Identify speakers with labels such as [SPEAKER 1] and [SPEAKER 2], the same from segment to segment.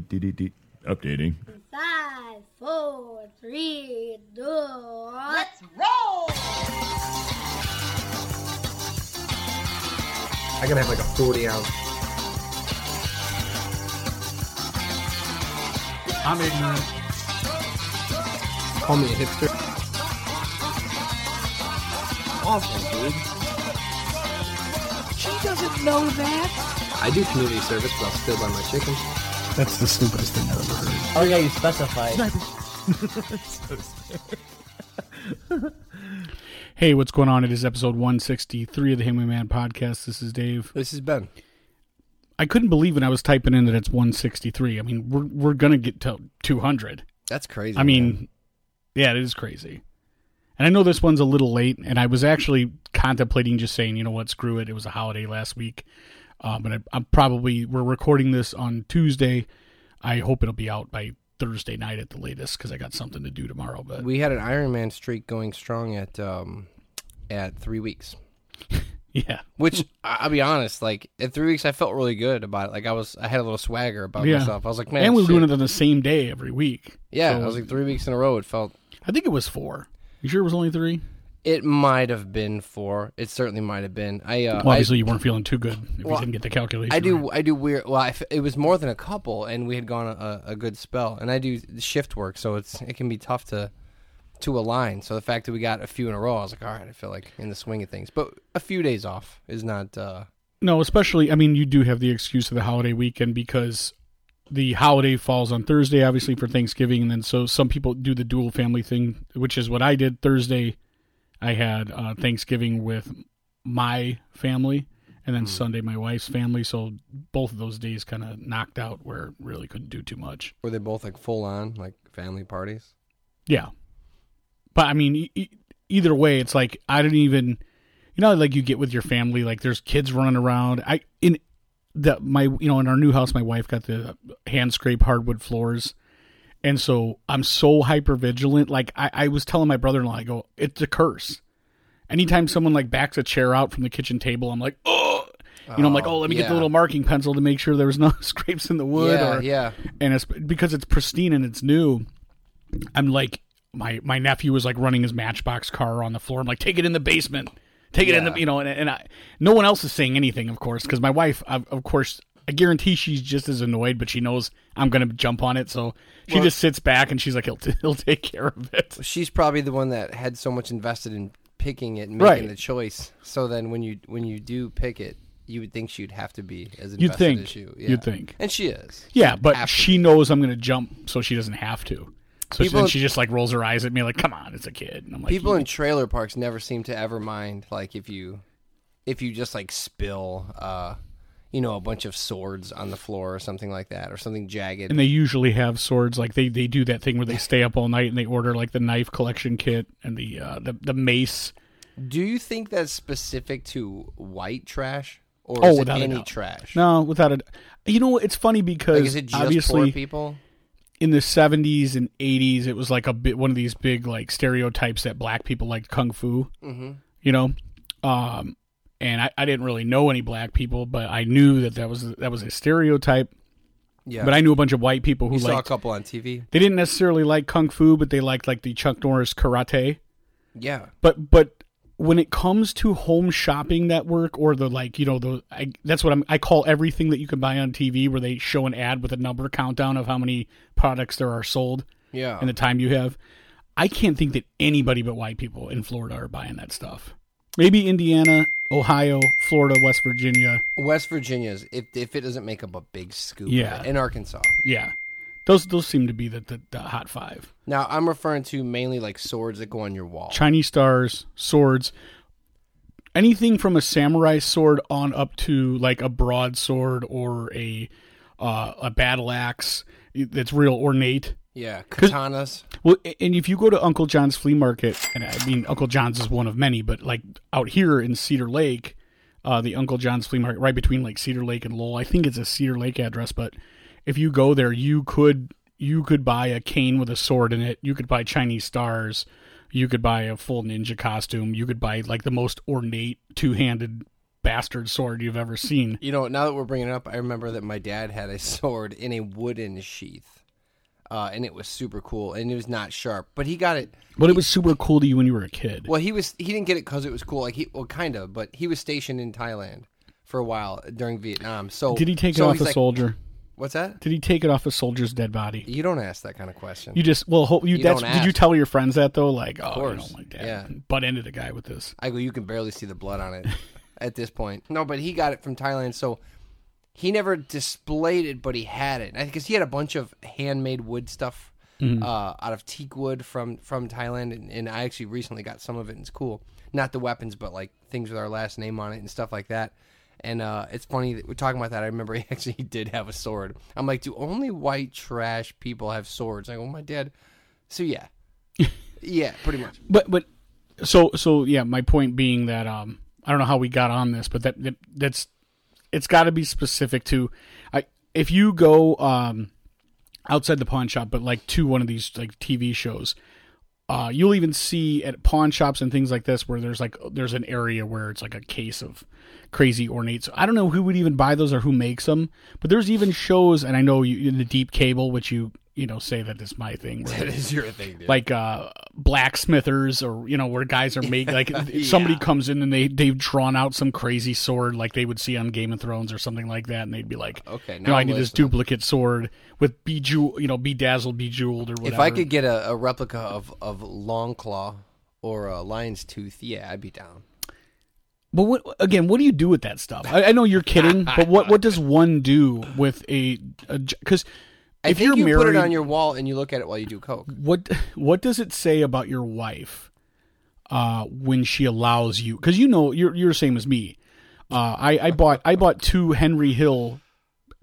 [SPEAKER 1] Updating.
[SPEAKER 2] Five, four, three, two, one.
[SPEAKER 3] Let's roll!
[SPEAKER 4] I gotta have like a 40 ounce.
[SPEAKER 5] I'm ignorant.
[SPEAKER 4] Call me a hipster.
[SPEAKER 5] Awful, dude.
[SPEAKER 6] She doesn't know that.
[SPEAKER 4] I do community service, but I'll still buy my chicken.
[SPEAKER 7] That's the stupidest thing I've ever heard.
[SPEAKER 8] Oh yeah, you specified.
[SPEAKER 7] Hey, what's going on? It is episode 163 of the Hammy Man podcast. This is Dave.
[SPEAKER 4] This is Ben.
[SPEAKER 7] I couldn't believe when I was typing in that it's 163. I mean, we're, we're going to get to 200.
[SPEAKER 4] That's crazy.
[SPEAKER 7] I mean, yeah, it is crazy. And I know this one's a little late, and I was actually contemplating just saying, you know what, screw it. It was a holiday last week. Um, but I, I'm probably, we're recording this on Tuesday. I hope it'll be out by Thursday night at the latest because I got something to do tomorrow. But
[SPEAKER 4] we had an Iron Man streak going strong at um, at three weeks.
[SPEAKER 7] yeah,
[SPEAKER 4] Which I- I'll be honest, like at three weeks, I felt really good about it. Like I was, I had a little swagger about
[SPEAKER 7] Yeah.
[SPEAKER 4] myself. I was like, man,
[SPEAKER 7] and we were doing
[SPEAKER 4] shit.
[SPEAKER 7] it on the same day every week.
[SPEAKER 4] Yeah,
[SPEAKER 7] So-
[SPEAKER 4] I was like three weeks in a row. It felt
[SPEAKER 7] I think it was four. You sure it was only three?
[SPEAKER 4] It might have been four. It certainly might have been. I uh,
[SPEAKER 7] Well,
[SPEAKER 4] I,
[SPEAKER 7] obviously, you weren't feeling too good if you
[SPEAKER 4] Well,
[SPEAKER 7] didn't get the calculation.
[SPEAKER 4] I
[SPEAKER 7] right.
[SPEAKER 4] do. I do weird. Well, I f it was more than a couple, and we had gone a, a good spell. And I do shift work, so it's it can be tough to to align. So the fact that we got a few in a row, I was like, all right, I feel like in the swing of things. But a few days off is not. Uh,
[SPEAKER 7] No, especially, I mean, you do have the excuse of the holiday weekend because the holiday falls on Thursday, obviously, for Thanksgiving. And then so some people do the dual family thing, which is what I did Thursday. I had uh, Thanksgiving with my family and
[SPEAKER 4] Hmm.
[SPEAKER 7] then Sunday, my wife's family. So both of those days kind of knocked out where really couldn't do too much.
[SPEAKER 4] were they both like full on like family parties?
[SPEAKER 7] Yeah. But I mean, e- e- either way, it's like I didn't even, you know, like you get with your family, like there's kids running around. I in the my you know in our new house, my wife got the hand scrape hardwood floors, and so I'm so hyper vigilant. Like I, I was telling my brother in law, I go, it's a curse. Anytime someone like backs a chair out from the kitchen table, I'm like, oh. You know, I'm like,
[SPEAKER 4] Oh,
[SPEAKER 7] oh, let me get
[SPEAKER 4] yeah.
[SPEAKER 7] the little marking pencil to make sure there was no scrapes in the wood.
[SPEAKER 4] yeah,
[SPEAKER 7] or,
[SPEAKER 4] yeah.
[SPEAKER 7] and it's because it's pristine and it's new. I'm like my my nephew was like running his Matchbox car on the floor. I'm like, take it in the basement, take it in the
[SPEAKER 4] Yeah.
[SPEAKER 7] you know, and, and I no one else is saying anything, of course, because my wife, of of course, I guarantee she's just as annoyed, but she knows I'm gonna jump on it, so she just sits back and she's like, he'll t- he'll take care of it.
[SPEAKER 4] She's probably the one that had so much invested in picking it and making
[SPEAKER 7] Right.
[SPEAKER 4] the choice. So then when you when you do pick it, you would think she'd have to be as invested
[SPEAKER 7] You'd think.
[SPEAKER 4] as you.
[SPEAKER 7] You'd think.
[SPEAKER 4] And she is.
[SPEAKER 7] Yeah, but
[SPEAKER 4] Have to
[SPEAKER 7] she knows I'm gonna jump, so she doesn't have to. So
[SPEAKER 4] People-
[SPEAKER 7] then she just like rolls her eyes at me, like, "Come on, it's a kid." And I'm like,
[SPEAKER 4] People in trailer parks never seem to ever mind like if you if you just like spill uh you know a bunch of swords on the floor or something like that or something jagged.
[SPEAKER 7] and they usually have swords like they, they do that thing where they stay up all night and they order like the knife collection kit and the uh, the, the mace
[SPEAKER 4] do you think that's specific to white trash or
[SPEAKER 7] Oh,
[SPEAKER 4] is it
[SPEAKER 7] without a
[SPEAKER 4] any
[SPEAKER 7] doubt.
[SPEAKER 4] trash?
[SPEAKER 7] no without a you know it's funny because
[SPEAKER 4] Like is it just poor
[SPEAKER 7] obviously
[SPEAKER 4] people?
[SPEAKER 7] in the 70s and 80s it was like a bit one of these big like stereotypes that black people liked kung fu
[SPEAKER 4] Mhm.
[SPEAKER 7] you know um and I, I didn't really know any black people but i knew that that was that was a stereotype
[SPEAKER 4] Yeah.
[SPEAKER 7] but i knew a bunch of white people who
[SPEAKER 4] you saw a
[SPEAKER 7] liked
[SPEAKER 4] couple on TV.
[SPEAKER 7] they didn't necessarily like kung fu but they liked like the chuck norris karate
[SPEAKER 4] Yeah.
[SPEAKER 7] but but when it comes to home shopping network or the like you know the I, that's what I'm, i call everything that you can buy on tv where they show an ad with a number countdown of how many products there are sold
[SPEAKER 4] Yeah.
[SPEAKER 7] and the time you have i can't think that anybody but white people in florida are buying that stuff maybe indiana ohio florida west virginia
[SPEAKER 4] West Virginia's if if it doesn't make up a big scoop, of
[SPEAKER 7] Yeah.
[SPEAKER 4] it. in Arkansas.
[SPEAKER 7] yeah those those seem to be the, the, the hot five
[SPEAKER 4] Now I'm referring to mainly like swords that go on your wall.
[SPEAKER 7] Chinese stars, swords, anything from a samurai sword on up to like a broadsword or a uh, a battle axe that's real ornate.
[SPEAKER 4] Yeah, katanas.
[SPEAKER 7] Well, a- and if you go to Uncle John's flea market, and I mean Uncle John's is one of many, but like out here in Cedar Lake, uh, the Uncle John's flea market right between like Cedar Lake and Lowell. I think it's a Cedar Lake address, but if you go there, you could you could buy a cane with a sword in it. You could buy Chinese stars. You could buy a full ninja costume. You could buy like the most ornate two handed bastard sword you've ever seen.
[SPEAKER 4] You know, now that we're bringing it up, I remember that my dad had a sword in a wooden sheath, uh, and it was super cool, and it was not sharp, but he got it.
[SPEAKER 7] But it was super cool to you when you were a kid.
[SPEAKER 4] Well, he was he didn't get it because it was cool, like he well, kind of, but he was stationed in Thailand for a while during Vietnam. So
[SPEAKER 7] Did he take
[SPEAKER 4] so
[SPEAKER 7] it off
[SPEAKER 4] he's
[SPEAKER 7] a
[SPEAKER 4] like,
[SPEAKER 7] soldier?
[SPEAKER 4] What's that?
[SPEAKER 7] Did he take it off a soldier's dead body?
[SPEAKER 4] You don't ask that kind of question.
[SPEAKER 7] You just well, ho- you,
[SPEAKER 4] You
[SPEAKER 7] that's
[SPEAKER 4] don't
[SPEAKER 7] did you
[SPEAKER 4] ask.
[SPEAKER 7] tell your friends that though? Like, oh, I
[SPEAKER 4] course,
[SPEAKER 7] don't like that.
[SPEAKER 4] yeah.
[SPEAKER 7] Butt ended a guy with this.
[SPEAKER 4] I go, you can barely see the blood on it at this point. No, but he got it from Thailand, so he never displayed it, but he had it. Because he had a bunch of handmade wood stuff uh, out of teak wood from, from Thailand, and, and I actually recently got some of it, and it's cool. Not the weapons, but like things with our last name on it and stuff like that. And uh, it's funny that we're talking about that. I remember he actually did have a sword. I'm like, do only white trash people have swords? I go, my dad. So yeah, yeah, pretty much.
[SPEAKER 7] But but so so yeah, my point being that um I don't know how we got on this, but that, that that's it's got to be specific to I if you go um outside the pawn shop but like to one of these like TV shows uh, you'll even see at pawn shops and things like this where there's like there's an area where it's like a case of crazy ornate. So I don't know who would even buy those or who makes them, but there's even shows and I know you in the deep cable which you you know say that is my thing. where
[SPEAKER 4] That is your thing, dude.
[SPEAKER 7] like uh blacksmithers or you know where guys are making like somebody comes in and they they've drawn out some crazy sword like they would see on Game of Thrones or something like that and they'd be like
[SPEAKER 4] Okay,
[SPEAKER 7] you
[SPEAKER 4] now
[SPEAKER 7] know, I
[SPEAKER 4] I'm
[SPEAKER 7] need this
[SPEAKER 4] listening.
[SPEAKER 7] duplicate sword with bejeweled you know bedazzled bejeweled or whatever
[SPEAKER 4] If I could get a, a replica of of long claw or a lion's tooth, yeah, I'd be down.
[SPEAKER 7] but what again what do you do with that stuff I, I know you're kidding but what what does one do with a because
[SPEAKER 4] I
[SPEAKER 7] if
[SPEAKER 4] think
[SPEAKER 7] you're
[SPEAKER 4] you
[SPEAKER 7] married
[SPEAKER 4] put it on your wall and you look at it while you do coke.
[SPEAKER 7] what what does it say about your wife uh when she allows you because you know you're you're the same as me uh i i bought i bought two henry hill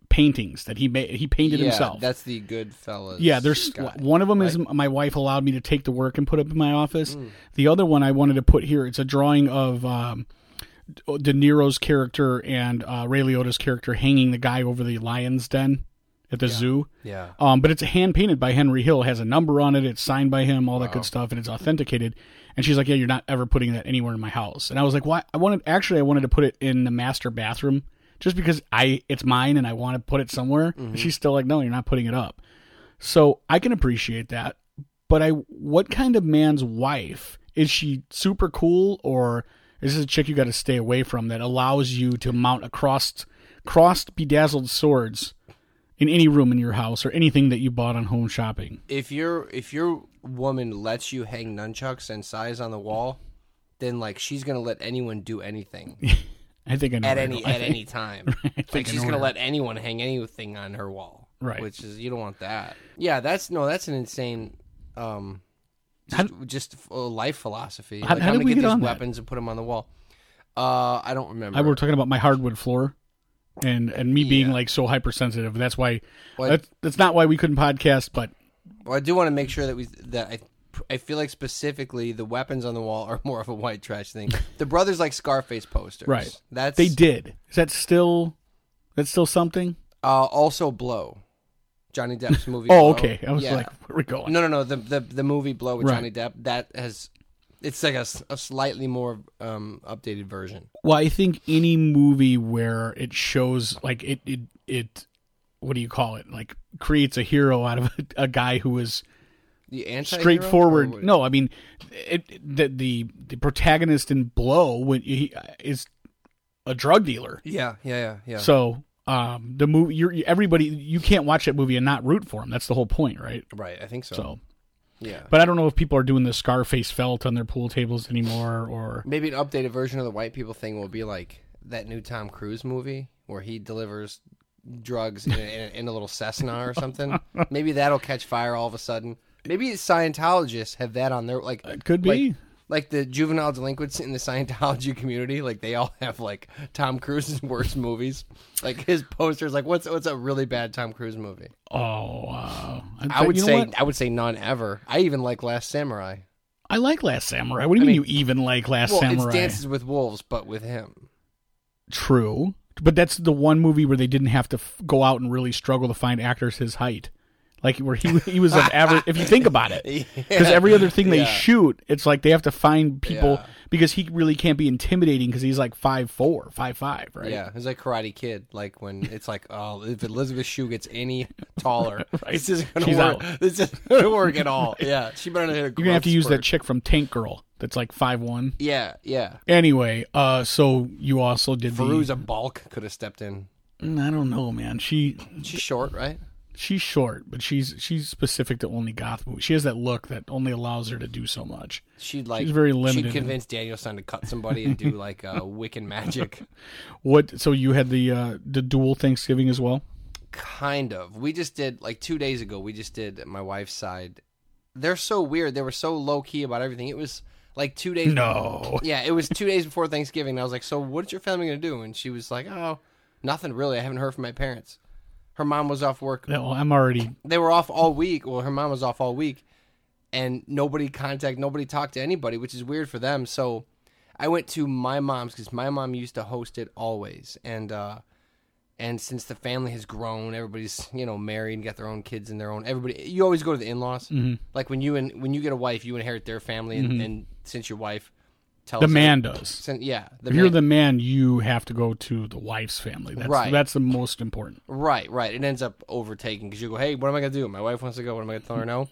[SPEAKER 7] paintings that he made he painted
[SPEAKER 4] yeah,
[SPEAKER 7] himself
[SPEAKER 4] That's the good fellas.
[SPEAKER 7] yeah there's
[SPEAKER 4] guy.
[SPEAKER 7] one of them is my wife allowed me to take the work and put up in my office
[SPEAKER 4] Mm.
[SPEAKER 7] the other one i wanted to put here it's a drawing of um de niro's character and uh, ray liotta's character hanging the guy over the lion's den at the zoo
[SPEAKER 4] Yeah.
[SPEAKER 7] um, but it's hand painted by Henry Hill, has a number on it, it's signed by him, all that good stuff, and it's authenticated. And she's like, "Yeah, you're not ever putting that anywhere in my house." And I was like, "Why?" I wanted actually, I wanted to put it in the master bathroom just because I it's mine and I want to put it somewhere. And she's still like, "No, you're not putting it up." So I can appreciate that, but I what kind of man's wife is she? Super cool or? Is this a chick you got to stay away from that allows you to mount a crossed, crossed bedazzled swords in any room in your house or anything that you bought on home shopping.
[SPEAKER 4] If your if your woman lets you hang nunchucks and size on the wall, then like she's gonna let anyone do anything
[SPEAKER 7] I think I know.
[SPEAKER 4] at
[SPEAKER 7] where I
[SPEAKER 4] any
[SPEAKER 7] go. I
[SPEAKER 4] at
[SPEAKER 7] think-
[SPEAKER 4] any time. like
[SPEAKER 7] I
[SPEAKER 4] she's
[SPEAKER 7] know
[SPEAKER 4] gonna
[SPEAKER 7] where-
[SPEAKER 4] let anyone hang anything on her wall.
[SPEAKER 7] Right.
[SPEAKER 4] Which is you don't want that. Yeah, that's no, that's an insane um
[SPEAKER 7] How
[SPEAKER 4] just, just f- uh, life philosophy.
[SPEAKER 7] How-
[SPEAKER 4] like, I'm
[SPEAKER 7] how did
[SPEAKER 4] gonna
[SPEAKER 7] we
[SPEAKER 4] get,
[SPEAKER 7] get
[SPEAKER 4] these
[SPEAKER 7] on that?
[SPEAKER 4] weapons and put them on the wall. Uh, I don't remember.
[SPEAKER 7] I were talking about my hardwood floor, and and me being
[SPEAKER 4] Yeah.
[SPEAKER 7] like so hypersensitive. That's why.
[SPEAKER 4] What?
[SPEAKER 7] That's, that's not why we couldn't podcast, but
[SPEAKER 4] Well, I do want to make sure that we that I I feel like specifically the weapons on the wall are more of a white trash thing. the brothers like Scarface posters,
[SPEAKER 7] Right.
[SPEAKER 4] That's
[SPEAKER 7] they did. Is that still? That's still something.
[SPEAKER 4] Uh, also, Blow, Johnny Depp's movie.
[SPEAKER 7] Oh,
[SPEAKER 4] Blow.
[SPEAKER 7] okay. I was
[SPEAKER 4] Yeah.
[SPEAKER 7] like, where are we going?
[SPEAKER 4] no, no, no. The the the movie Blow with
[SPEAKER 7] Right.
[SPEAKER 4] Johnny Depp that has. It's like a, s- a slightly more um, updated version.
[SPEAKER 7] Well, I think any movie where it shows like it it it what do you call it? Like creates a hero out of a, a guy who is
[SPEAKER 4] The anti
[SPEAKER 7] straightforward. No, I mean, it, the, the the protagonist in Blow when he is a drug dealer.
[SPEAKER 4] Yeah, yeah, yeah, yeah.
[SPEAKER 7] So um, the movie, you're, you- everybody, you can't watch that movie and not root for him. That's the whole point, right?
[SPEAKER 4] right, I think so.
[SPEAKER 7] So,
[SPEAKER 4] yeah.
[SPEAKER 7] but I don't know if people are doing the Scarface felt on their pool tables anymore, or
[SPEAKER 4] Maybe an updated version of the white people thing will be like that new Tom Cruise movie where he delivers drugs in a, in a, in a little Cessna or something. Maybe that'll catch fire all of a sudden. Maybe Scientologists have that on their like.
[SPEAKER 7] it could be.
[SPEAKER 4] Like, like the juvenile delinquents in the Scientology community, like they all have like Tom Cruise's worst movies, like his posters. Like what's what's a really bad Tom Cruise movie?
[SPEAKER 7] oh, wow.
[SPEAKER 4] I would
[SPEAKER 7] you know
[SPEAKER 4] say
[SPEAKER 7] what?
[SPEAKER 4] I would say none ever. I even like Last Samurai.
[SPEAKER 7] I like Last Samurai. What do you mean, you even like Last
[SPEAKER 4] Well,
[SPEAKER 7] Samurai?
[SPEAKER 4] it's Dances with Wolves, but with him.
[SPEAKER 7] True, but that's the one movie where they didn't have to f- go out and really struggle to find actors his height. Like where he he was of average. If you think about it, because every other thing they
[SPEAKER 4] Yeah.
[SPEAKER 7] shoot, it's like they have to find people
[SPEAKER 4] Yeah.
[SPEAKER 7] because he really can't be intimidating because he's like five four, five five, right?
[SPEAKER 4] Yeah, it's like Karate Kid. Like when it's like, oh, if Elizabeth Shue gets any taller, this isn't gonna
[SPEAKER 7] She's
[SPEAKER 4] work.
[SPEAKER 7] out.
[SPEAKER 4] This isn't gonna work at all. Yeah, she better not hit a.
[SPEAKER 7] You're gonna have to use that
[SPEAKER 4] spurt.
[SPEAKER 7] chick from Tank Girl that's like five one.
[SPEAKER 4] Yeah, yeah.
[SPEAKER 7] Anyway, uh, so you also did the.
[SPEAKER 4] Veruza Balk could have stepped in.
[SPEAKER 7] Mm, I don't know, man. She
[SPEAKER 4] She's short, right?
[SPEAKER 7] she's short, but she's she's specific to only goth movies. She has that look that only allows her to do so much.
[SPEAKER 4] She'd like
[SPEAKER 7] She's very limited.
[SPEAKER 4] She'd convince Danielson to cut somebody and do like uh, Wiccan magic.
[SPEAKER 7] What? So you had the uh, the dual Thanksgiving as well.
[SPEAKER 4] kind of. We just did like two days ago. We just did my wife's side. They're so weird. They were so low key about everything. It was like two days.
[SPEAKER 7] No.
[SPEAKER 4] Yeah, it was two days before Thanksgiving. And I was like, "So what's your family gonna do?" And she was like, "Oh, nothing really. I haven't heard from my parents. Her mom was off work.
[SPEAKER 7] No, I'm already.
[SPEAKER 4] They were off all week. Well, her mom was off all week, and nobody contact, nobody talked to anybody, which is weird for them. So I went to my mom's because my mom used to host it always, and uh, and since the family has grown, everybody's you know married and got their own kids and their own everybody. You always go to the in laws, like when you and when you get a wife, you inherit their family, and, and since your wife tells
[SPEAKER 7] The man does.
[SPEAKER 4] since, yeah, the
[SPEAKER 7] If you're
[SPEAKER 4] man-
[SPEAKER 7] the man, you have to go to the wife's family. That's,
[SPEAKER 4] Right.
[SPEAKER 7] That's the most important.
[SPEAKER 4] Right, right. It ends up overtaking because you go, hey, what am I gonna do? My wife wants to go. What am I gonna tell her no?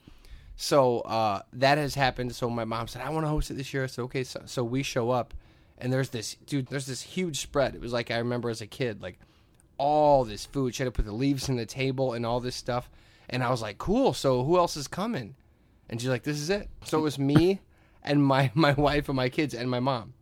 [SPEAKER 4] So uh, that has happened. So my mom said, I want to host it this year. I said, okay. So, so we show up, and there's this dude. There's this huge spread. It was like I remember as a kid, like all this food. She had to put the leaves in the table and all this stuff. And I was like, cool. So who else is coming? And she's like, this is it. So it was me and my my wife and my kids and my mom.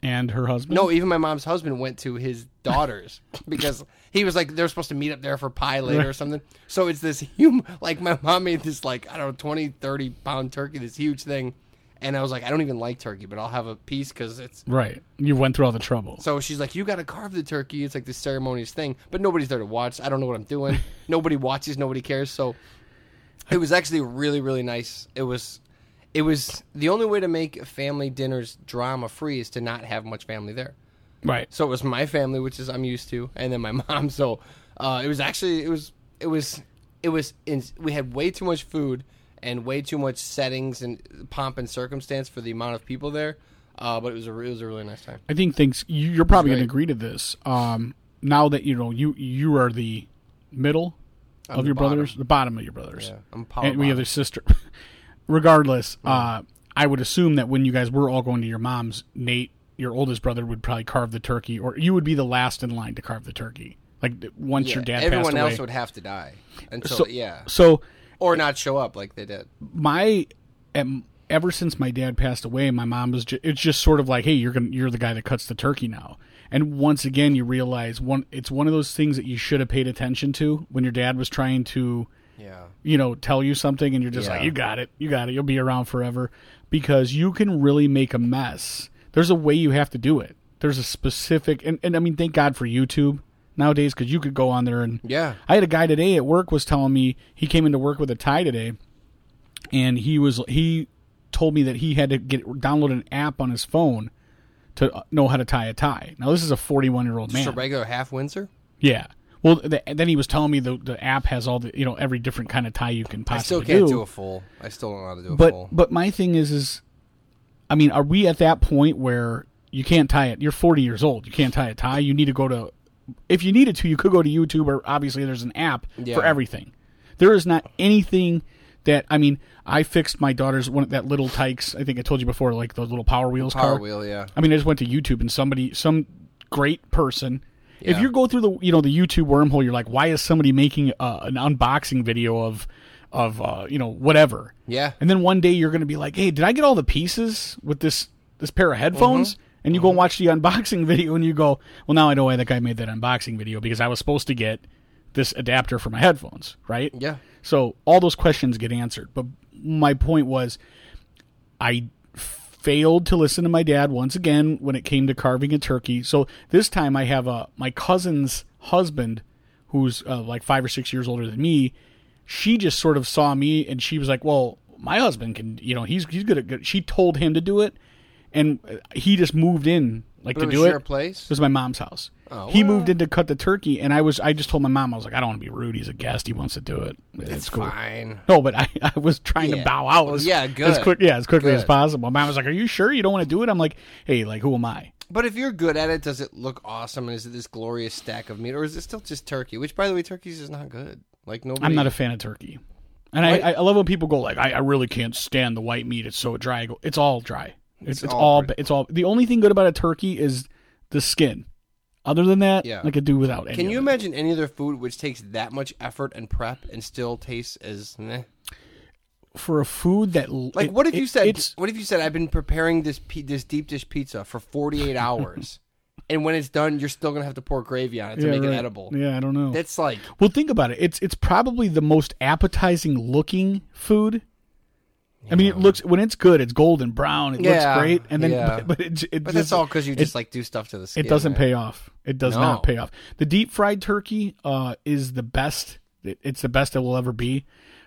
[SPEAKER 7] And her husband.
[SPEAKER 4] No, even my mom's husband went to his daughter's because he was like they're supposed to meet up there for pie later or something. So it's this hum like my mom made this like I don't know 20 30 pound turkey this huge thing and I was like I don't even like turkey but I'll have a piece cuz it's
[SPEAKER 7] Right. You went through all the trouble.
[SPEAKER 4] so she's like you got to carve the turkey it's like this ceremonious thing but nobody's there to watch. I don't know what I'm doing. nobody watches, nobody cares. So it was actually really really nice. It was it was the only way to make family dinners drama free is to not have much family there.
[SPEAKER 7] Right.
[SPEAKER 4] So it was my family, which is I'm used to, and then my mom. So uh, it was actually it was it was it was in, we had way too much food and way too much settings and pomp and circumstance for the amount of people there. Uh, but it was a re- it was a really nice time.
[SPEAKER 7] I think things. you- You're probably going to
[SPEAKER 4] Right.
[SPEAKER 7] agree to this. Um, now that you know you you are the middle of
[SPEAKER 4] the
[SPEAKER 7] your
[SPEAKER 4] bottom.
[SPEAKER 7] brothers, the bottom of your brothers.
[SPEAKER 4] I'm power
[SPEAKER 7] and we have
[SPEAKER 4] bottom.
[SPEAKER 7] a sister. Regardless, uh, I would assume that when you guys were all going to your mom's, Nate, your oldest brother, would probably carve the turkey, or you would be the last in line to carve the turkey. Like th- once your dad
[SPEAKER 4] everyone
[SPEAKER 7] passed
[SPEAKER 4] else
[SPEAKER 7] away.
[SPEAKER 4] would have to die until
[SPEAKER 7] so
[SPEAKER 4] yeah,
[SPEAKER 7] So
[SPEAKER 4] or not show up like they did.
[SPEAKER 7] my em ever since my dad passed away, my mom was ju- it's just sort of like, hey, you're gonna you're the guy that cuts the turkey now. And once again, you realize one it's one of those things that you should have paid attention to when your dad was trying to
[SPEAKER 4] Yeah,
[SPEAKER 7] you know tell you something, and you're just like,
[SPEAKER 4] Yeah.
[SPEAKER 7] you got it, you got it, you'll be around forever because you can really make a mess. There's a way you have to do it. There's a specific, and, and I mean, thank God for YouTube nowadays because you could go on there and
[SPEAKER 4] yeah.
[SPEAKER 7] I had a guy today at work was telling me he came into work with a tie today, and he was he told me that he had to get download an app on his phone to uh, know how to tie a tie. Now this is a 41 year old man.
[SPEAKER 4] Just a regular half Windsor.
[SPEAKER 7] Yeah. Well, th then he was telling me the the app has all the you know every different kind of tie you can
[SPEAKER 4] I still
[SPEAKER 7] possibly
[SPEAKER 4] can't do. a full. I still don't know how to do a
[SPEAKER 7] but
[SPEAKER 4] full.
[SPEAKER 7] but my thing is is, I mean, are we at that point where you can't tie it? You're 40 years old. You can't tie a tie. You need to go to, if you needed to, you could go to YouTube or obviously there's an app
[SPEAKER 4] Yeah.
[SPEAKER 7] for everything. There is not anything that I mean. I fixed my daughter's one that little Tykes. I think I told you before, like those little Power Wheels
[SPEAKER 4] Power
[SPEAKER 7] car.
[SPEAKER 4] wheel, yeah.
[SPEAKER 7] I mean, I just went to YouTube and somebody, some great person. If
[SPEAKER 4] Yeah.
[SPEAKER 7] you go through the you know the YouTube wormhole, you're like, why is somebody making uh, an unboxing video of of uh, you know whatever?
[SPEAKER 4] Yeah.
[SPEAKER 7] And then one day you're going to be like, hey, did I get all the pieces with this this pair of headphones?
[SPEAKER 4] Mm-hmm.
[SPEAKER 7] And you go and watch the unboxing video, and you go, well, now I know why that guy made that unboxing video because I was supposed to get this adapter for my headphones, right?
[SPEAKER 4] Yeah.
[SPEAKER 7] So all those questions get answered. But my point was, I failed to listen to my dad once again when it came to carving a turkey. So this time I have a my cousin's husband, who's uh, like five or six years older than me. She just sort of saw me and she was like, "Well, my husband can, you know, he's he's good at good." She told him to do it, and uh, he just moved in like
[SPEAKER 4] But
[SPEAKER 7] to
[SPEAKER 4] it was
[SPEAKER 7] do
[SPEAKER 4] your
[SPEAKER 7] it.
[SPEAKER 4] place.
[SPEAKER 7] It was my mom's house.
[SPEAKER 4] Oh,
[SPEAKER 7] he
[SPEAKER 4] well.
[SPEAKER 7] moved in to cut the turkey, and I was I just told my mom I was like I don't want to be rude. He's a guest. He wants to do it. It's cool.
[SPEAKER 4] Fine.
[SPEAKER 7] No, but I, I was trying to
[SPEAKER 4] Yeah.
[SPEAKER 7] bow out.
[SPEAKER 4] Well,
[SPEAKER 7] as,
[SPEAKER 4] yeah,
[SPEAKER 7] As
[SPEAKER 4] good.
[SPEAKER 7] quick, yeah, as quickly as
[SPEAKER 4] Good.
[SPEAKER 7] possible. My mom was like, "Are you sure you don't want to do it?" I'm like, "Hey, like who am I?"
[SPEAKER 4] But if you're good at it, does it look awesome? And is it this glorious stack of meat, or is it still just turkey? Which, by the way, turkeys is not good. Like nobody.
[SPEAKER 7] I'm not a fan of turkey, and I, I I love when people go like, I, "I really can't stand the white meat. It's so dry." I go, it's all dry. It's, it's,
[SPEAKER 4] all
[SPEAKER 7] all
[SPEAKER 4] pretty-
[SPEAKER 7] it's all the only thing good about a turkey is the skin. Other than that,
[SPEAKER 4] Yeah.
[SPEAKER 7] I could do without. Any
[SPEAKER 4] Can
[SPEAKER 7] of
[SPEAKER 4] you
[SPEAKER 7] it.
[SPEAKER 4] imagine any other food which takes that much effort and prep and still tastes as meh?
[SPEAKER 7] for a food that l-
[SPEAKER 4] Like,
[SPEAKER 7] it-
[SPEAKER 4] what if
[SPEAKER 7] it-
[SPEAKER 4] you said?
[SPEAKER 7] it's
[SPEAKER 4] what if you said I've been preparing this pi- this deep dish pizza for 48 hours, and when it's done, you're still gonna have to pour gravy on it to
[SPEAKER 7] yeah,
[SPEAKER 4] make
[SPEAKER 7] right.
[SPEAKER 4] it edible?
[SPEAKER 7] Yeah, I don't know.
[SPEAKER 4] That's like
[SPEAKER 7] well, think about it. It's it's probably the most appetizing looking food. I mean, it looks when it's good, it's golden brown. It
[SPEAKER 4] Yeah,
[SPEAKER 7] looks great, and then
[SPEAKER 4] yeah.
[SPEAKER 7] but, but it, it
[SPEAKER 4] But
[SPEAKER 7] just,
[SPEAKER 4] that's all because you
[SPEAKER 7] it-
[SPEAKER 4] just like do stuff to the skin.
[SPEAKER 7] it doesn't
[SPEAKER 4] right?
[SPEAKER 7] pay off. It does not
[SPEAKER 4] No.
[SPEAKER 7] pay off. The deep fried turkey uh, is the best. It- It's the best it will ever be.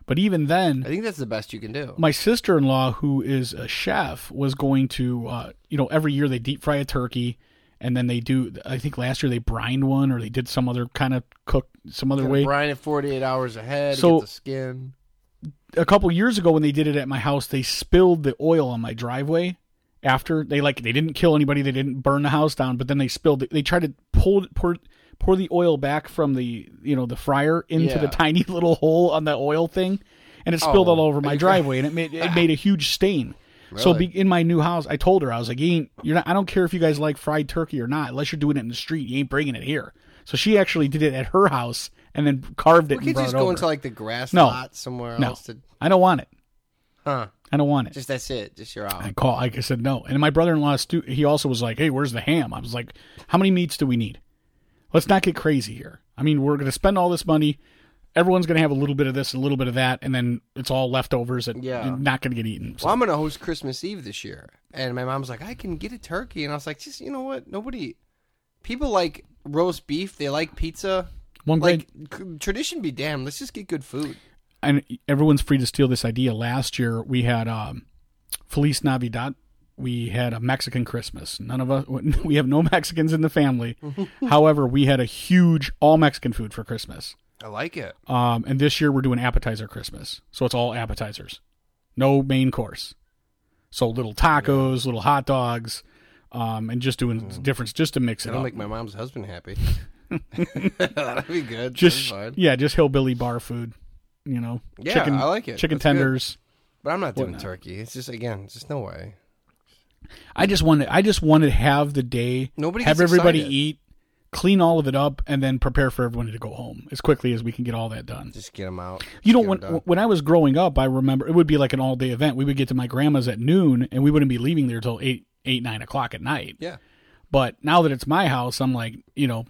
[SPEAKER 7] But even then,
[SPEAKER 4] I think that's the best you can do.
[SPEAKER 7] my sister-in-law who is a chef was going to uh, you know every year they deep fry a turkey and then they do i think last year they brined one or they did some other kind of cook some other way
[SPEAKER 4] Brine it 48 hours ahead.
[SPEAKER 7] So-
[SPEAKER 4] So the skin.
[SPEAKER 7] a couple years ago when they did it at my house they spilled the oil on my driveway after they like they didn't kill anybody they didn't burn the house down but then they spilled it they tried to pull pour pour the oil back from the you know the fryer into the
[SPEAKER 4] Yeah.
[SPEAKER 7] tiny little hole on the oil thing and it spilled
[SPEAKER 4] Oh,
[SPEAKER 7] all over
[SPEAKER 4] are
[SPEAKER 7] my
[SPEAKER 4] you-
[SPEAKER 7] driveway and it made it made a huge stain so be,
[SPEAKER 4] Really?
[SPEAKER 7] in my new house i told her i was like you ain't you're not i don't care if you guys like fried turkey or not unless you're doing it in the street you ain't bringing it here so she actually did it at her house and then carved it
[SPEAKER 4] We
[SPEAKER 7] and
[SPEAKER 4] could
[SPEAKER 7] brought
[SPEAKER 4] just
[SPEAKER 7] it
[SPEAKER 4] go
[SPEAKER 7] over.
[SPEAKER 4] into like the grass
[SPEAKER 7] No.
[SPEAKER 4] lot somewhere
[SPEAKER 7] no
[SPEAKER 4] else. To,
[SPEAKER 7] i don't want it
[SPEAKER 4] huh.
[SPEAKER 7] i don't want it
[SPEAKER 4] Just that's it. Just you're out.
[SPEAKER 7] I call. Like I said, no. And my brother-in-law, Stu, he also was like, "Hey, where's the ham?" I was like, "How many meats do we need? Let's not get crazy here. I mean, we're going to spend all this money. Everyone's going to have a little bit of this, a little bit of that, and then it's all leftovers and,
[SPEAKER 4] Yeah.
[SPEAKER 7] and not going to get eaten." So-
[SPEAKER 4] Well, I'm gonna host Christmas Eve this year, and my mom's like, I can get a turkey, and I was like, just you know what? Nobody, people like roast beef. They like pizza.
[SPEAKER 7] one
[SPEAKER 4] Like
[SPEAKER 7] great,
[SPEAKER 4] c- tradition be damned. Let's just get good food.
[SPEAKER 7] and everyone's free to steal this idea. Last year we had um, Feliz Navidad. We had a Mexican Christmas. None of us. We have no Mexicans in the family. However, we had a huge all Mexican food for Christmas.
[SPEAKER 4] I like it.
[SPEAKER 7] Um, and this year we're doing appetizer Christmas, so it's all appetizers, no main course. So little tacos, little hot dogs, um, and just doing different, just to mix it
[SPEAKER 4] Mm. That'll
[SPEAKER 7] up.
[SPEAKER 4] make my mom's husband happy. That'd be good. That's
[SPEAKER 7] just
[SPEAKER 4] fine.
[SPEAKER 7] yeah, just hillbilly bar food, you know.
[SPEAKER 4] Yeah,
[SPEAKER 7] chicken,
[SPEAKER 4] I like it.
[SPEAKER 7] Chicken
[SPEAKER 4] That's good.
[SPEAKER 7] tenders.
[SPEAKER 4] But I'm not doing
[SPEAKER 7] Whatnot.
[SPEAKER 4] turkey. It's just again, just no way.
[SPEAKER 7] I just want to. I just want to have the day.
[SPEAKER 4] Nobody
[SPEAKER 7] have
[SPEAKER 4] gets
[SPEAKER 7] everybody
[SPEAKER 4] excited.
[SPEAKER 7] eat, clean all of it up, and then prepare for everyone to go home as quickly as we can get all that done.
[SPEAKER 4] Just get them out.
[SPEAKER 7] You know,
[SPEAKER 4] Get 'em
[SPEAKER 7] when
[SPEAKER 4] done.
[SPEAKER 7] when I was growing up, I remember it would be like an all day event. We would get to my grandma's at noon, and we wouldn't be leaving there till eight eight nine o'clock at night.
[SPEAKER 4] yeah,
[SPEAKER 7] But now that it's my house, I'm like, you know,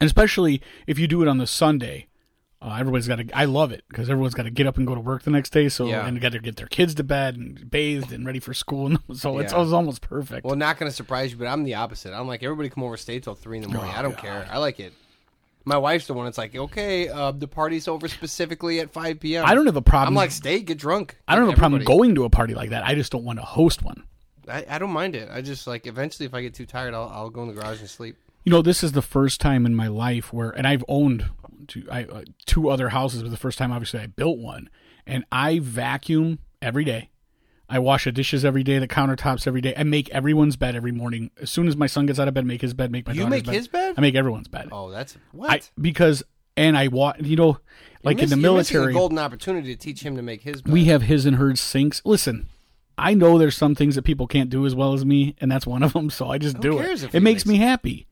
[SPEAKER 7] and especially if you do it on the Sunday, uh, everybody's got to. I love it because everyone's got to get up and go to work the next day. So
[SPEAKER 4] Yeah.
[SPEAKER 7] and got to get their kids to bed and bathed and ready for school. And so it's,
[SPEAKER 4] Yeah.
[SPEAKER 7] it's almost perfect.
[SPEAKER 4] Well, not going to surprise you, but I'm the opposite. I'm like, everybody come over, stay till three in the
[SPEAKER 7] Oh,
[SPEAKER 4] morning. I don't care. I like it. My wife's the one that's like, okay, uh, the party's over specifically at 5 p.m.
[SPEAKER 7] I don't have a
[SPEAKER 4] I'm
[SPEAKER 7] problem.
[SPEAKER 4] like, stay, get drunk.
[SPEAKER 7] I don't have a problem
[SPEAKER 4] Everybody.
[SPEAKER 7] going to a party like that. I just don't want to host one.
[SPEAKER 4] I, I don't mind it. I just like eventually, if I get too tired, I'll, I'll go in the garage and sleep.
[SPEAKER 7] You know, this is the first time in my life where, and I've owned two, I, uh, two other houses, but the first time, obviously, I built one. And I vacuum every day. I wash the dishes every day, the countertops every day. I make everyone's bed every morning. As soon as my son gets out of bed, make his bed, make my
[SPEAKER 4] You
[SPEAKER 7] daughter's
[SPEAKER 4] make his bed?
[SPEAKER 7] I make everyone's bed.
[SPEAKER 4] Oh, that's what.
[SPEAKER 7] I, because, and I want, you know, like
[SPEAKER 4] You're
[SPEAKER 7] in the
[SPEAKER 4] miss- you're missing
[SPEAKER 7] military,
[SPEAKER 4] a golden opportunity to teach him to make his. Bed.
[SPEAKER 7] we have his and her sinks. Listen, I know there's some things that people can't do as well as me, and that's one of them. So I just
[SPEAKER 4] Who
[SPEAKER 7] do
[SPEAKER 4] cares
[SPEAKER 7] it.
[SPEAKER 4] if
[SPEAKER 7] It
[SPEAKER 4] he
[SPEAKER 7] makes
[SPEAKER 4] makes
[SPEAKER 7] me happy.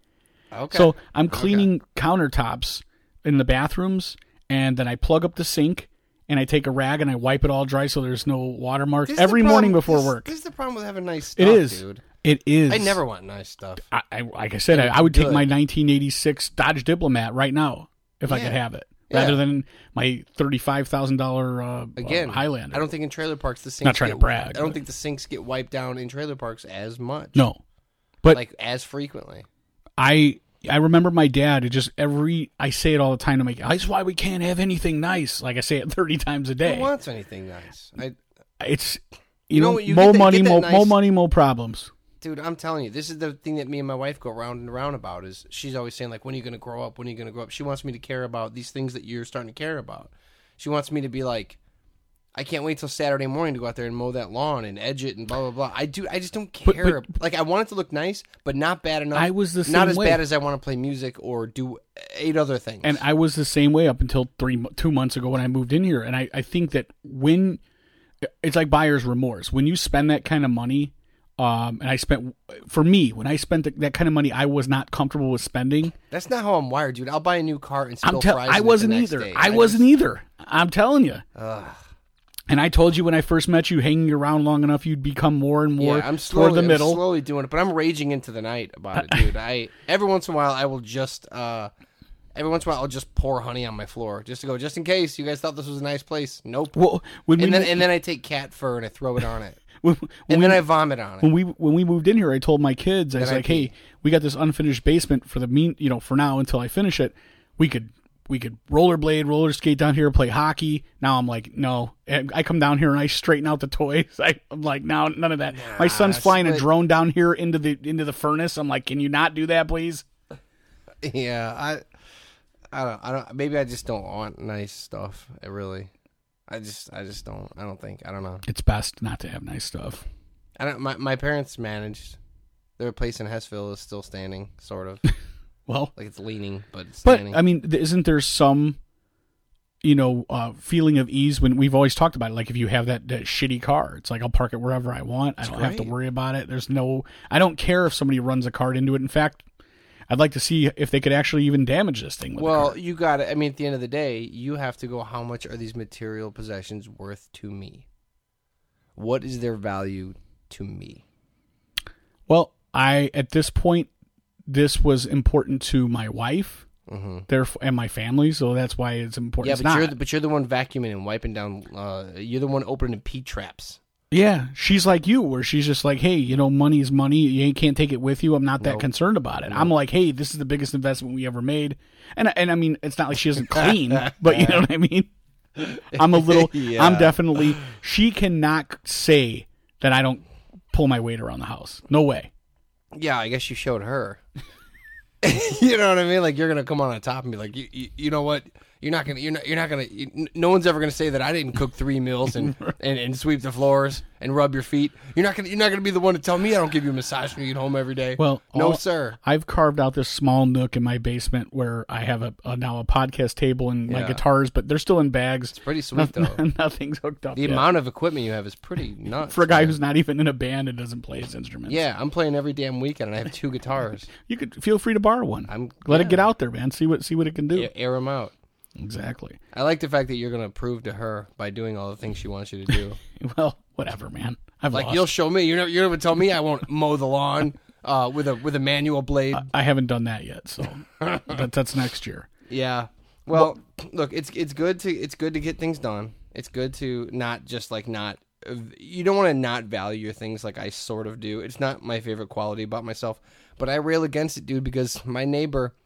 [SPEAKER 4] okay.
[SPEAKER 7] So I'm cleaning countertops in the bathrooms, and then I plug up the sink, and I take a rag and I wipe it all dry so there's no watermarks
[SPEAKER 4] This is the
[SPEAKER 7] every
[SPEAKER 4] problem-
[SPEAKER 7] morning before
[SPEAKER 4] this-
[SPEAKER 7] work.
[SPEAKER 4] This is the problem with having nice stuff,
[SPEAKER 7] it is.
[SPEAKER 4] Oh, dude.
[SPEAKER 7] It is.
[SPEAKER 4] I never want nice stuff.
[SPEAKER 7] I, I like I said, I, I would take
[SPEAKER 4] Good.
[SPEAKER 7] my 1986 Dodge Diplomat right now if I
[SPEAKER 4] Yeah.
[SPEAKER 7] could have it,
[SPEAKER 4] Yeah.
[SPEAKER 7] rather than my thirty-five thousand uh, uh,
[SPEAKER 4] Again,
[SPEAKER 7] Highlander.
[SPEAKER 4] I don't think in trailer parks the sinks.
[SPEAKER 7] Not trying
[SPEAKER 4] get-
[SPEAKER 7] to brag,
[SPEAKER 4] I don't
[SPEAKER 7] but-
[SPEAKER 4] think the sinks get wiped down in trailer parks as much.
[SPEAKER 7] no, but
[SPEAKER 4] like as frequently.
[SPEAKER 7] I I remember my dad. It just every I say it all the time to my. That's why we can't have anything nice. Like I say it thirty times a day.
[SPEAKER 4] Who wants anything nice? I,
[SPEAKER 7] it's you,
[SPEAKER 4] You
[SPEAKER 7] know,
[SPEAKER 4] know what, you
[SPEAKER 7] more
[SPEAKER 4] get that-
[SPEAKER 7] money,
[SPEAKER 4] get that
[SPEAKER 7] more, more
[SPEAKER 4] nice-
[SPEAKER 7] money, more problems.
[SPEAKER 4] dude, I'm telling you, this is the thing that me and my wife go round and round about. Is she's always saying like, when are you going to grow up? When are you going to grow up? She wants me to care about these things that you're starting to care about. She wants me to be like, I can't wait till Saturday morning to go out there and mow that lawn and edge it and blah blah blah. I do. I just don't care. like I want it to look nice, but not bad enough.
[SPEAKER 7] I was the
[SPEAKER 4] not
[SPEAKER 7] same
[SPEAKER 4] as
[SPEAKER 7] way.
[SPEAKER 4] bad as I want to play music or do eight other things.
[SPEAKER 7] And I was the same way up until three, mo- two months ago when I moved in here. And I, I think that when it's like buyer's remorse, when you spend that kind of money, um, and I spent for me when I spent that kind of money, I was not comfortable with spending.
[SPEAKER 4] That's not how I'm wired, dude. I'll buy a new car and
[SPEAKER 7] I'm
[SPEAKER 4] still
[SPEAKER 7] tell-
[SPEAKER 4] fries.
[SPEAKER 7] I
[SPEAKER 4] in it the
[SPEAKER 7] wasn't
[SPEAKER 4] next
[SPEAKER 7] either.
[SPEAKER 4] day.
[SPEAKER 7] I,
[SPEAKER 4] just-
[SPEAKER 7] wasn't either. I'm telling you. And I told you when I first met you, hanging around long enough, you'd become more and more
[SPEAKER 4] yeah, I'm slowly,
[SPEAKER 7] toward the
[SPEAKER 4] I'm
[SPEAKER 7] middle.
[SPEAKER 4] slowly doing it, but I'm raging into the night about it, dude. I every once in a while I will just uh every once in a while I'll just pour honey on my floor just to go just in case you guys thought this was a nice place. Nope.
[SPEAKER 7] Well, when we
[SPEAKER 4] and then
[SPEAKER 7] mo-
[SPEAKER 4] and then I take cat fur and I throw it on it.
[SPEAKER 7] when,
[SPEAKER 4] And
[SPEAKER 7] when
[SPEAKER 4] then
[SPEAKER 7] we-
[SPEAKER 4] I vomit on it.
[SPEAKER 7] when we when we moved in here, I told my kids, I was
[SPEAKER 4] Then I
[SPEAKER 7] like, "Hey, we got this unfinished basement for the mean, you know, for now until I finish it. We could we could rollerblade, roller skate down here, play hockey." Now I'm like, "No." And I come down here and I straighten out the toys. I, I'm like, "No, none of that." my son's
[SPEAKER 4] that's-
[SPEAKER 7] flying a
[SPEAKER 4] but-
[SPEAKER 7] drone down here into the into the furnace. I'm like, "Can you not do that, please?"
[SPEAKER 4] Yeah, I I don't I don't maybe I just don't want nice stuff. I really I just I just don't I don't think I don't know.
[SPEAKER 7] It's best not to have nice stuff.
[SPEAKER 4] I don't my my parents managed their place in Hessville is still standing, sort of.
[SPEAKER 7] Well,
[SPEAKER 4] like it's leaning, but it's
[SPEAKER 7] But
[SPEAKER 4] standing.
[SPEAKER 7] I mean, th- isn't there some, you know, uh, feeling of ease when we've always talked about it? Like if you have that, that shitty car, it's like I'll park it wherever I want. I don't have to
[SPEAKER 4] great.
[SPEAKER 7] worry about it. There's no, I don't care if somebody runs a cart into it. In fact, I'd like to see if they could actually even damage this thing. With a
[SPEAKER 4] Well,
[SPEAKER 7] cart.
[SPEAKER 4] you got to I mean, at the end of the day, you have to go. How much are these material possessions worth to me? What is their value to me?
[SPEAKER 7] well, I at this point, this was important to my wife, therefore, and my family, so that's why it's
[SPEAKER 4] Mm-hmm.
[SPEAKER 7] important.
[SPEAKER 4] yeah,
[SPEAKER 7] It's
[SPEAKER 4] but
[SPEAKER 7] not-
[SPEAKER 4] you're the, but you're the one vacuuming and wiping down. Uh, you're the one opening pee traps.
[SPEAKER 7] Yeah, she's like you, where she's just like, hey, you know, money's money. You ain't- can't take it with you. I'm not that
[SPEAKER 4] Nope.
[SPEAKER 7] concerned about it. I'm like, hey, this is the biggest investment we ever made. And I- and I mean, it's not like she doesn't clean, but you know what I mean. I'm a little. I'm
[SPEAKER 4] Yeah.
[SPEAKER 7] definitely. She cannot say that I don't pull my weight around the house. No way.
[SPEAKER 4] Yeah, I guess you showed her. you know what I mean? Like you're gonna come on on top and be like, you, you, you know what? You're not gonna, you're not, you're not gonna. You, n- no one's ever gonna say that I didn't cook three meals and, and and sweep the floors and rub your feet. You're not gonna, you're not gonna be the one to tell me I don't give you a massage when you get home every day.
[SPEAKER 7] Well,
[SPEAKER 4] no,
[SPEAKER 7] all-
[SPEAKER 4] sir.
[SPEAKER 7] I've carved out this small nook in my basement where I have a, a now a podcast table and my
[SPEAKER 4] Yeah.
[SPEAKER 7] guitars, but they're still in bags. It's
[SPEAKER 4] pretty sweet, though.
[SPEAKER 7] Nothing's hooked up.
[SPEAKER 4] The
[SPEAKER 7] yet.
[SPEAKER 4] amount of equipment you have is pretty nuts
[SPEAKER 7] for a guy
[SPEAKER 4] man.
[SPEAKER 7] who's not even in a band and doesn't play his instruments.
[SPEAKER 4] Yeah, I'm playing every damn weekend and I have two guitars.
[SPEAKER 7] you could feel free to borrow one.
[SPEAKER 4] I'm-
[SPEAKER 7] let it
[SPEAKER 4] yeah.
[SPEAKER 7] get out there, man. See what see what it can do.
[SPEAKER 4] Yeah, air them out.
[SPEAKER 7] Exactly.
[SPEAKER 4] I like the fact that you're gonna prove to her by doing all the things she wants you to do.
[SPEAKER 7] Well, whatever, man. I've
[SPEAKER 4] Like
[SPEAKER 7] lost.
[SPEAKER 4] you'll show me. You're never, you're never tell me I won't mow the lawn uh, with a with a manual blade.
[SPEAKER 7] I haven't done that yet, so but that's next year.
[SPEAKER 4] yeah. Well, look, it's it's good to it's good to get things done. It's good to not just like not. You don't want to not value your things like I sort of do. It's not my favorite quality about myself, but I rail against it, dude, because my neighbor.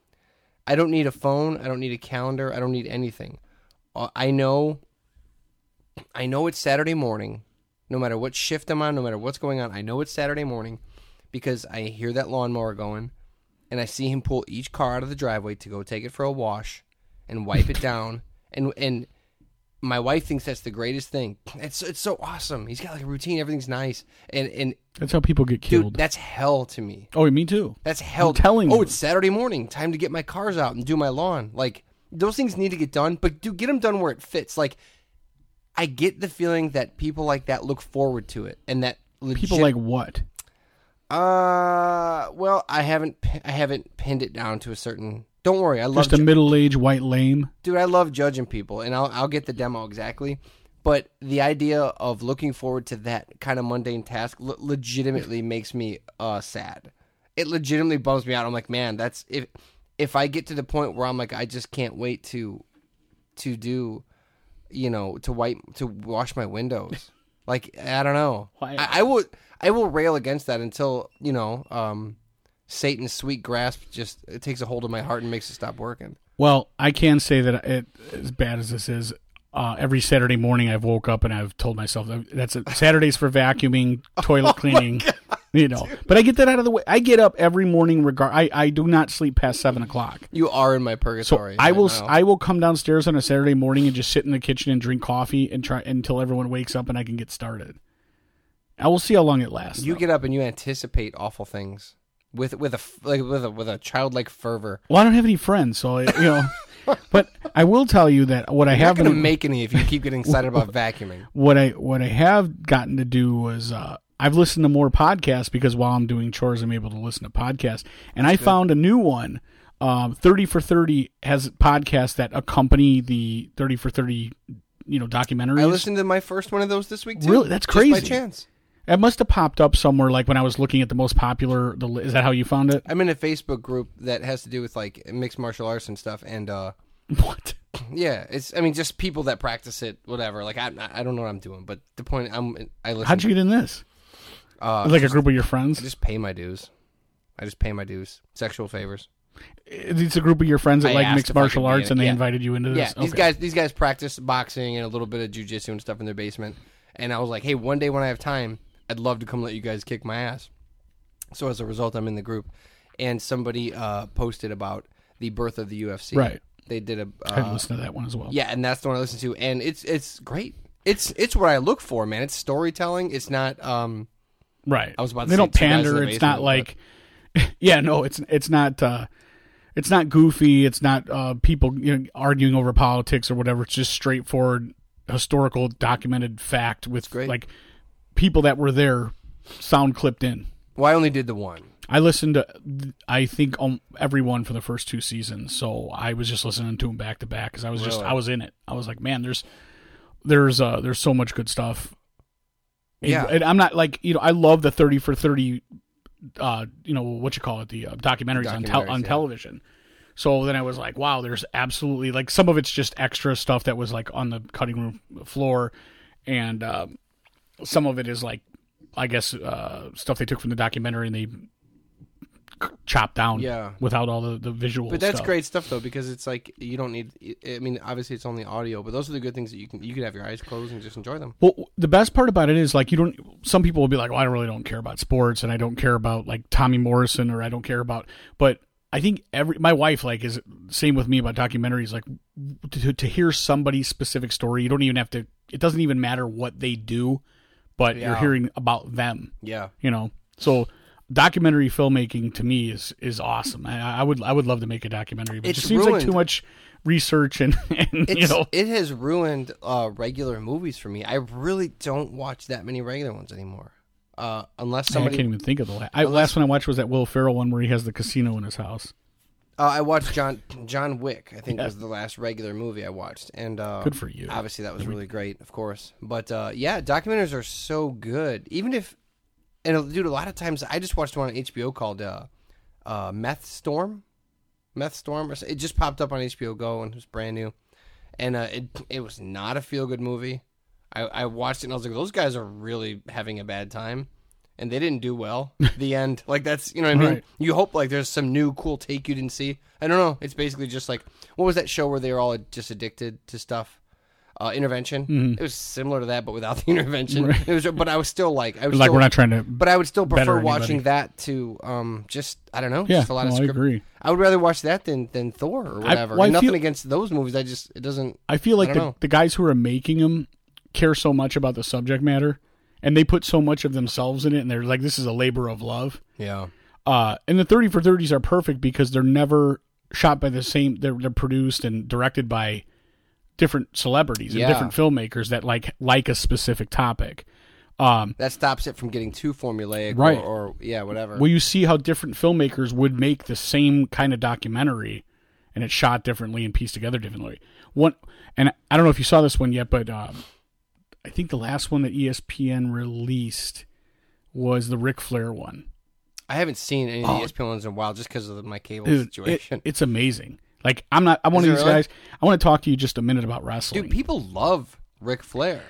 [SPEAKER 4] I don't need a phone. I don't need a calendar. I don't need anything. Uh, I know. I know it's Saturday morning. No matter what shift I'm on, no matter what's going on, I know it's Saturday morning because I hear that lawnmower going, and I see him pull each car out of the driveway to go take it for a wash, and wipe it down. And and my wife thinks that's the greatest thing. It's it's so awesome. He's got like a routine. Everything's nice. And and
[SPEAKER 7] That's how people get
[SPEAKER 4] dude,
[SPEAKER 7] killed.
[SPEAKER 4] that's hell to me.
[SPEAKER 7] oh, me too.
[SPEAKER 4] That's hell.
[SPEAKER 7] I'm telling
[SPEAKER 4] oh,
[SPEAKER 7] you.
[SPEAKER 4] it's Saturday morning. Time to get my cars out and do my lawn. Like those things need to get done, but do get them done where it fits. Like I get the feeling that people like that look forward to it, and that legit,
[SPEAKER 7] People like what?
[SPEAKER 4] Uh, well, I haven't pi- I haven't pinned it down to a certain. Don't worry, I love
[SPEAKER 7] Just a
[SPEAKER 4] ju-
[SPEAKER 7] middle-aged white lame.
[SPEAKER 4] dude. I love judging people, and I'll I'll get the demo exactly. But the idea of looking forward to that kind of mundane task le- legitimately makes me uh sad. It legitimately bums me out. I'm like, man, that's if if I get to the point where I'm like, I just can't wait to to do, you know, to wipe to wash my windows. like I don't know.
[SPEAKER 7] Why-
[SPEAKER 4] I, I will I will rail against that until you know. um Satan's sweet grasp just it takes a hold of my heart and makes it stop working.
[SPEAKER 7] Well, I can say that it, as bad as this is, uh, every Saturday
[SPEAKER 4] Oh
[SPEAKER 7] morning I've woke up and I've told myself that that's it. Saturdays for vacuuming, toilet cleaning, you know. But I get that out of the way. I get up every morning. Regard, I I do not sleep past seven o'clock.
[SPEAKER 4] You are in my
[SPEAKER 7] So
[SPEAKER 4] purgatory.
[SPEAKER 7] I will
[SPEAKER 4] know.
[SPEAKER 7] I will come downstairs on a Saturday morning and just sit in the kitchen and drink coffee and try until everyone wakes up and I can get started. I will see how long it lasts.
[SPEAKER 4] you
[SPEAKER 7] though.
[SPEAKER 4] get up and you anticipate awful things with with a f- like with a with a childlike fervor.
[SPEAKER 7] well, I don't have any friends, so I, you know. but I will tell you that what I
[SPEAKER 4] You're not
[SPEAKER 7] have
[SPEAKER 4] going to
[SPEAKER 7] been
[SPEAKER 4] make any if you keep getting excited about vacuuming.
[SPEAKER 7] what I what I have gotten to do was uh, I've listened to more podcasts because while I'm doing chores, I'm able to listen to podcasts, and I found a new one. Um, thirty for thirty has podcasts that accompany the thirty for thirty, you know, documentaries.
[SPEAKER 4] I listened to my first one of those this week too.
[SPEAKER 7] Really? That's
[SPEAKER 4] just by
[SPEAKER 7] crazy.
[SPEAKER 4] chance.
[SPEAKER 7] It must have popped up somewhere, like when I was looking at the most popular. The li- is that how you found it?
[SPEAKER 4] I'm in a Facebook group that has to do with like mixed martial arts and stuff, and uh,
[SPEAKER 7] What?
[SPEAKER 4] yeah, it's I mean just people that practice it, whatever. Like I I don't know what I'm doing, but the point I'm I listen.
[SPEAKER 7] How'd you get in this?
[SPEAKER 4] Uh,
[SPEAKER 7] like a group of your friends.
[SPEAKER 4] I just pay my dues. I just pay my dues. Sexual favors.
[SPEAKER 7] it's a group of your friends that
[SPEAKER 4] I
[SPEAKER 7] like
[SPEAKER 4] asked
[SPEAKER 7] mixed
[SPEAKER 4] if I could
[SPEAKER 7] martial
[SPEAKER 4] be
[SPEAKER 7] arts,
[SPEAKER 4] in it,
[SPEAKER 7] and they
[SPEAKER 4] yeah.
[SPEAKER 7] invited you into
[SPEAKER 4] Yeah,
[SPEAKER 7] this.
[SPEAKER 4] these
[SPEAKER 7] Okay.
[SPEAKER 4] guys these guys practice boxing and a little bit of jujitsu and stuff in their basement. And I was like, hey, one day when I have time, I'd love to come let you guys kick my ass. So as a result, I'm in the group, and somebody uh, posted about the birth of the UFC.
[SPEAKER 7] Right.
[SPEAKER 4] They did a
[SPEAKER 7] I
[SPEAKER 4] uh,
[SPEAKER 7] listened to that one as well.
[SPEAKER 4] yeah, and that's the one I listen to, and it's it's great. It's it's what I look for, man. It's storytelling. It's not um
[SPEAKER 7] Right.
[SPEAKER 4] I was about to
[SPEAKER 7] they
[SPEAKER 4] say
[SPEAKER 7] don't
[SPEAKER 4] two guys in
[SPEAKER 7] pander.
[SPEAKER 4] the
[SPEAKER 7] it's not
[SPEAKER 4] basement,
[SPEAKER 7] like, yeah, no, it's it's not. Uh, it's not goofy. It's not uh, people you know, arguing over politics or whatever. It's just straightforward, historical, documented fact with
[SPEAKER 4] great.
[SPEAKER 7] like people that were there, sound clipped in.
[SPEAKER 4] well, I only did the one.
[SPEAKER 7] I listened to, I think, um, everyone for the first two seasons. So I was just listening to them back to back because I was just,
[SPEAKER 4] Really?
[SPEAKER 7] I was in it. I was like, man, there's, there's, uh, there's so much good stuff. And-
[SPEAKER 4] Yeah.
[SPEAKER 7] and I'm not like you know, I love the thirty for thirty, uh, you know, what you call it, the uh, documentaries, on tel-
[SPEAKER 4] Documentaries,
[SPEAKER 7] on
[SPEAKER 4] yeah.
[SPEAKER 7] television. So then I was like, wow, there's absolutely like some of it's just extra stuff that was like on the cutting room floor, and um, some of it is like, I guess, uh, stuff they took from the documentary and they c- chopped down,
[SPEAKER 4] Yeah.
[SPEAKER 7] without all the the visual.
[SPEAKER 4] But that's
[SPEAKER 7] stuff.
[SPEAKER 4] great stuff though, because it's like you don't need. I mean, obviously it's only audio, but those are the good things that you can you can have your eyes closed and just enjoy them.
[SPEAKER 7] Well, the best part about it is like you don't. Some people will be like, "Well, I really don't care about sports, and I don't care about like Tommy Morrison, or I don't care about." But I think every my wife like is same with me about documentaries. Like to to hear somebody's specific story, you don't even have to. It doesn't even matter what they do, but you're
[SPEAKER 4] Yeah.
[SPEAKER 7] hearing about them.
[SPEAKER 4] Yeah,
[SPEAKER 7] You know, so documentary filmmaking to me is is awesome. I, I would I would love to make a documentary, but it
[SPEAKER 4] It's
[SPEAKER 7] just seems like
[SPEAKER 4] ruined.
[SPEAKER 7] too much research and, and
[SPEAKER 4] it's,
[SPEAKER 7] you know
[SPEAKER 4] it has ruined uh, regular movies for me. I really don't watch that many regular ones anymore, uh, unless
[SPEAKER 7] Yeah, I
[SPEAKER 4] somebody.
[SPEAKER 7] can't even think of the last. I, last one I watched was that Will Ferrell one where he has the casino in his house.
[SPEAKER 4] uh, I watched John John Wick. I think was the last regular movie I watched, and uh,
[SPEAKER 7] Good for you.
[SPEAKER 4] Obviously, that was really great, of course. But uh, yeah, documentaries are so good. Even if, and uh, dude, a lot of times I just watched one on HBO called uh, uh, Meth Storm. Meth Storm. Or, so- it just popped up on HBO Go and it was brand new. And uh, it it was not a feel good movie. I, I watched it and I was like, those guys are really having a bad time. And they didn't do well. The end. Like, that's, you know what I mean?
[SPEAKER 7] Right.
[SPEAKER 4] You hope, like, there's some new cool take you didn't see. I don't know. It's basically just like, what was that show where they were all just addicted to stuff? Uh, intervention.
[SPEAKER 7] Mm-hmm.
[SPEAKER 4] It was similar to that, but without the intervention. It was, but I was still like, I was
[SPEAKER 7] Like
[SPEAKER 4] still,
[SPEAKER 7] we're not trying to.
[SPEAKER 4] but I would still
[SPEAKER 7] better
[SPEAKER 4] prefer
[SPEAKER 7] anybody.
[SPEAKER 4] watching that to um, just I don't know,
[SPEAKER 7] Yeah,
[SPEAKER 4] just a lot of
[SPEAKER 7] no, I
[SPEAKER 4] script.
[SPEAKER 7] agree.
[SPEAKER 4] I would rather watch that than than Thor or whatever.
[SPEAKER 7] well, I
[SPEAKER 4] And nothing
[SPEAKER 7] feel-
[SPEAKER 4] against those movies. I just it doesn't.
[SPEAKER 7] I feel like
[SPEAKER 4] I don't
[SPEAKER 7] the,
[SPEAKER 4] know.
[SPEAKER 7] the guys who are making them care so much about the subject matter, and they put so much of themselves in it, and they're like, "This is a labor of love."
[SPEAKER 4] Yeah,
[SPEAKER 7] Uh, and the thirty for thirties are perfect because they're never shot by the same. They're, they're produced and directed by different celebrities and
[SPEAKER 4] Yeah.
[SPEAKER 7] different filmmakers that like like a specific topic. Um,
[SPEAKER 4] that stops it from getting too formulaic,
[SPEAKER 7] Right.
[SPEAKER 4] Or, or yeah, whatever.
[SPEAKER 7] Well, you see how different filmmakers would make the same kind of documentary, and it's shot differently and pieced together differently. One, and I don't know if you saw this one yet, but um, I think the last one that E ESPN released was the Ric Flair one.
[SPEAKER 4] I haven't seen any of the E ESPN ones in a while, just because of my cable
[SPEAKER 7] Oh. Dude, it-
[SPEAKER 4] situation.
[SPEAKER 7] it's amazing. Like I'm not. I'm one of
[SPEAKER 4] it
[SPEAKER 7] these
[SPEAKER 4] really?
[SPEAKER 7] guys. I want to talk to you just a minute about wrestling.
[SPEAKER 4] Dude, people love Ric Flair.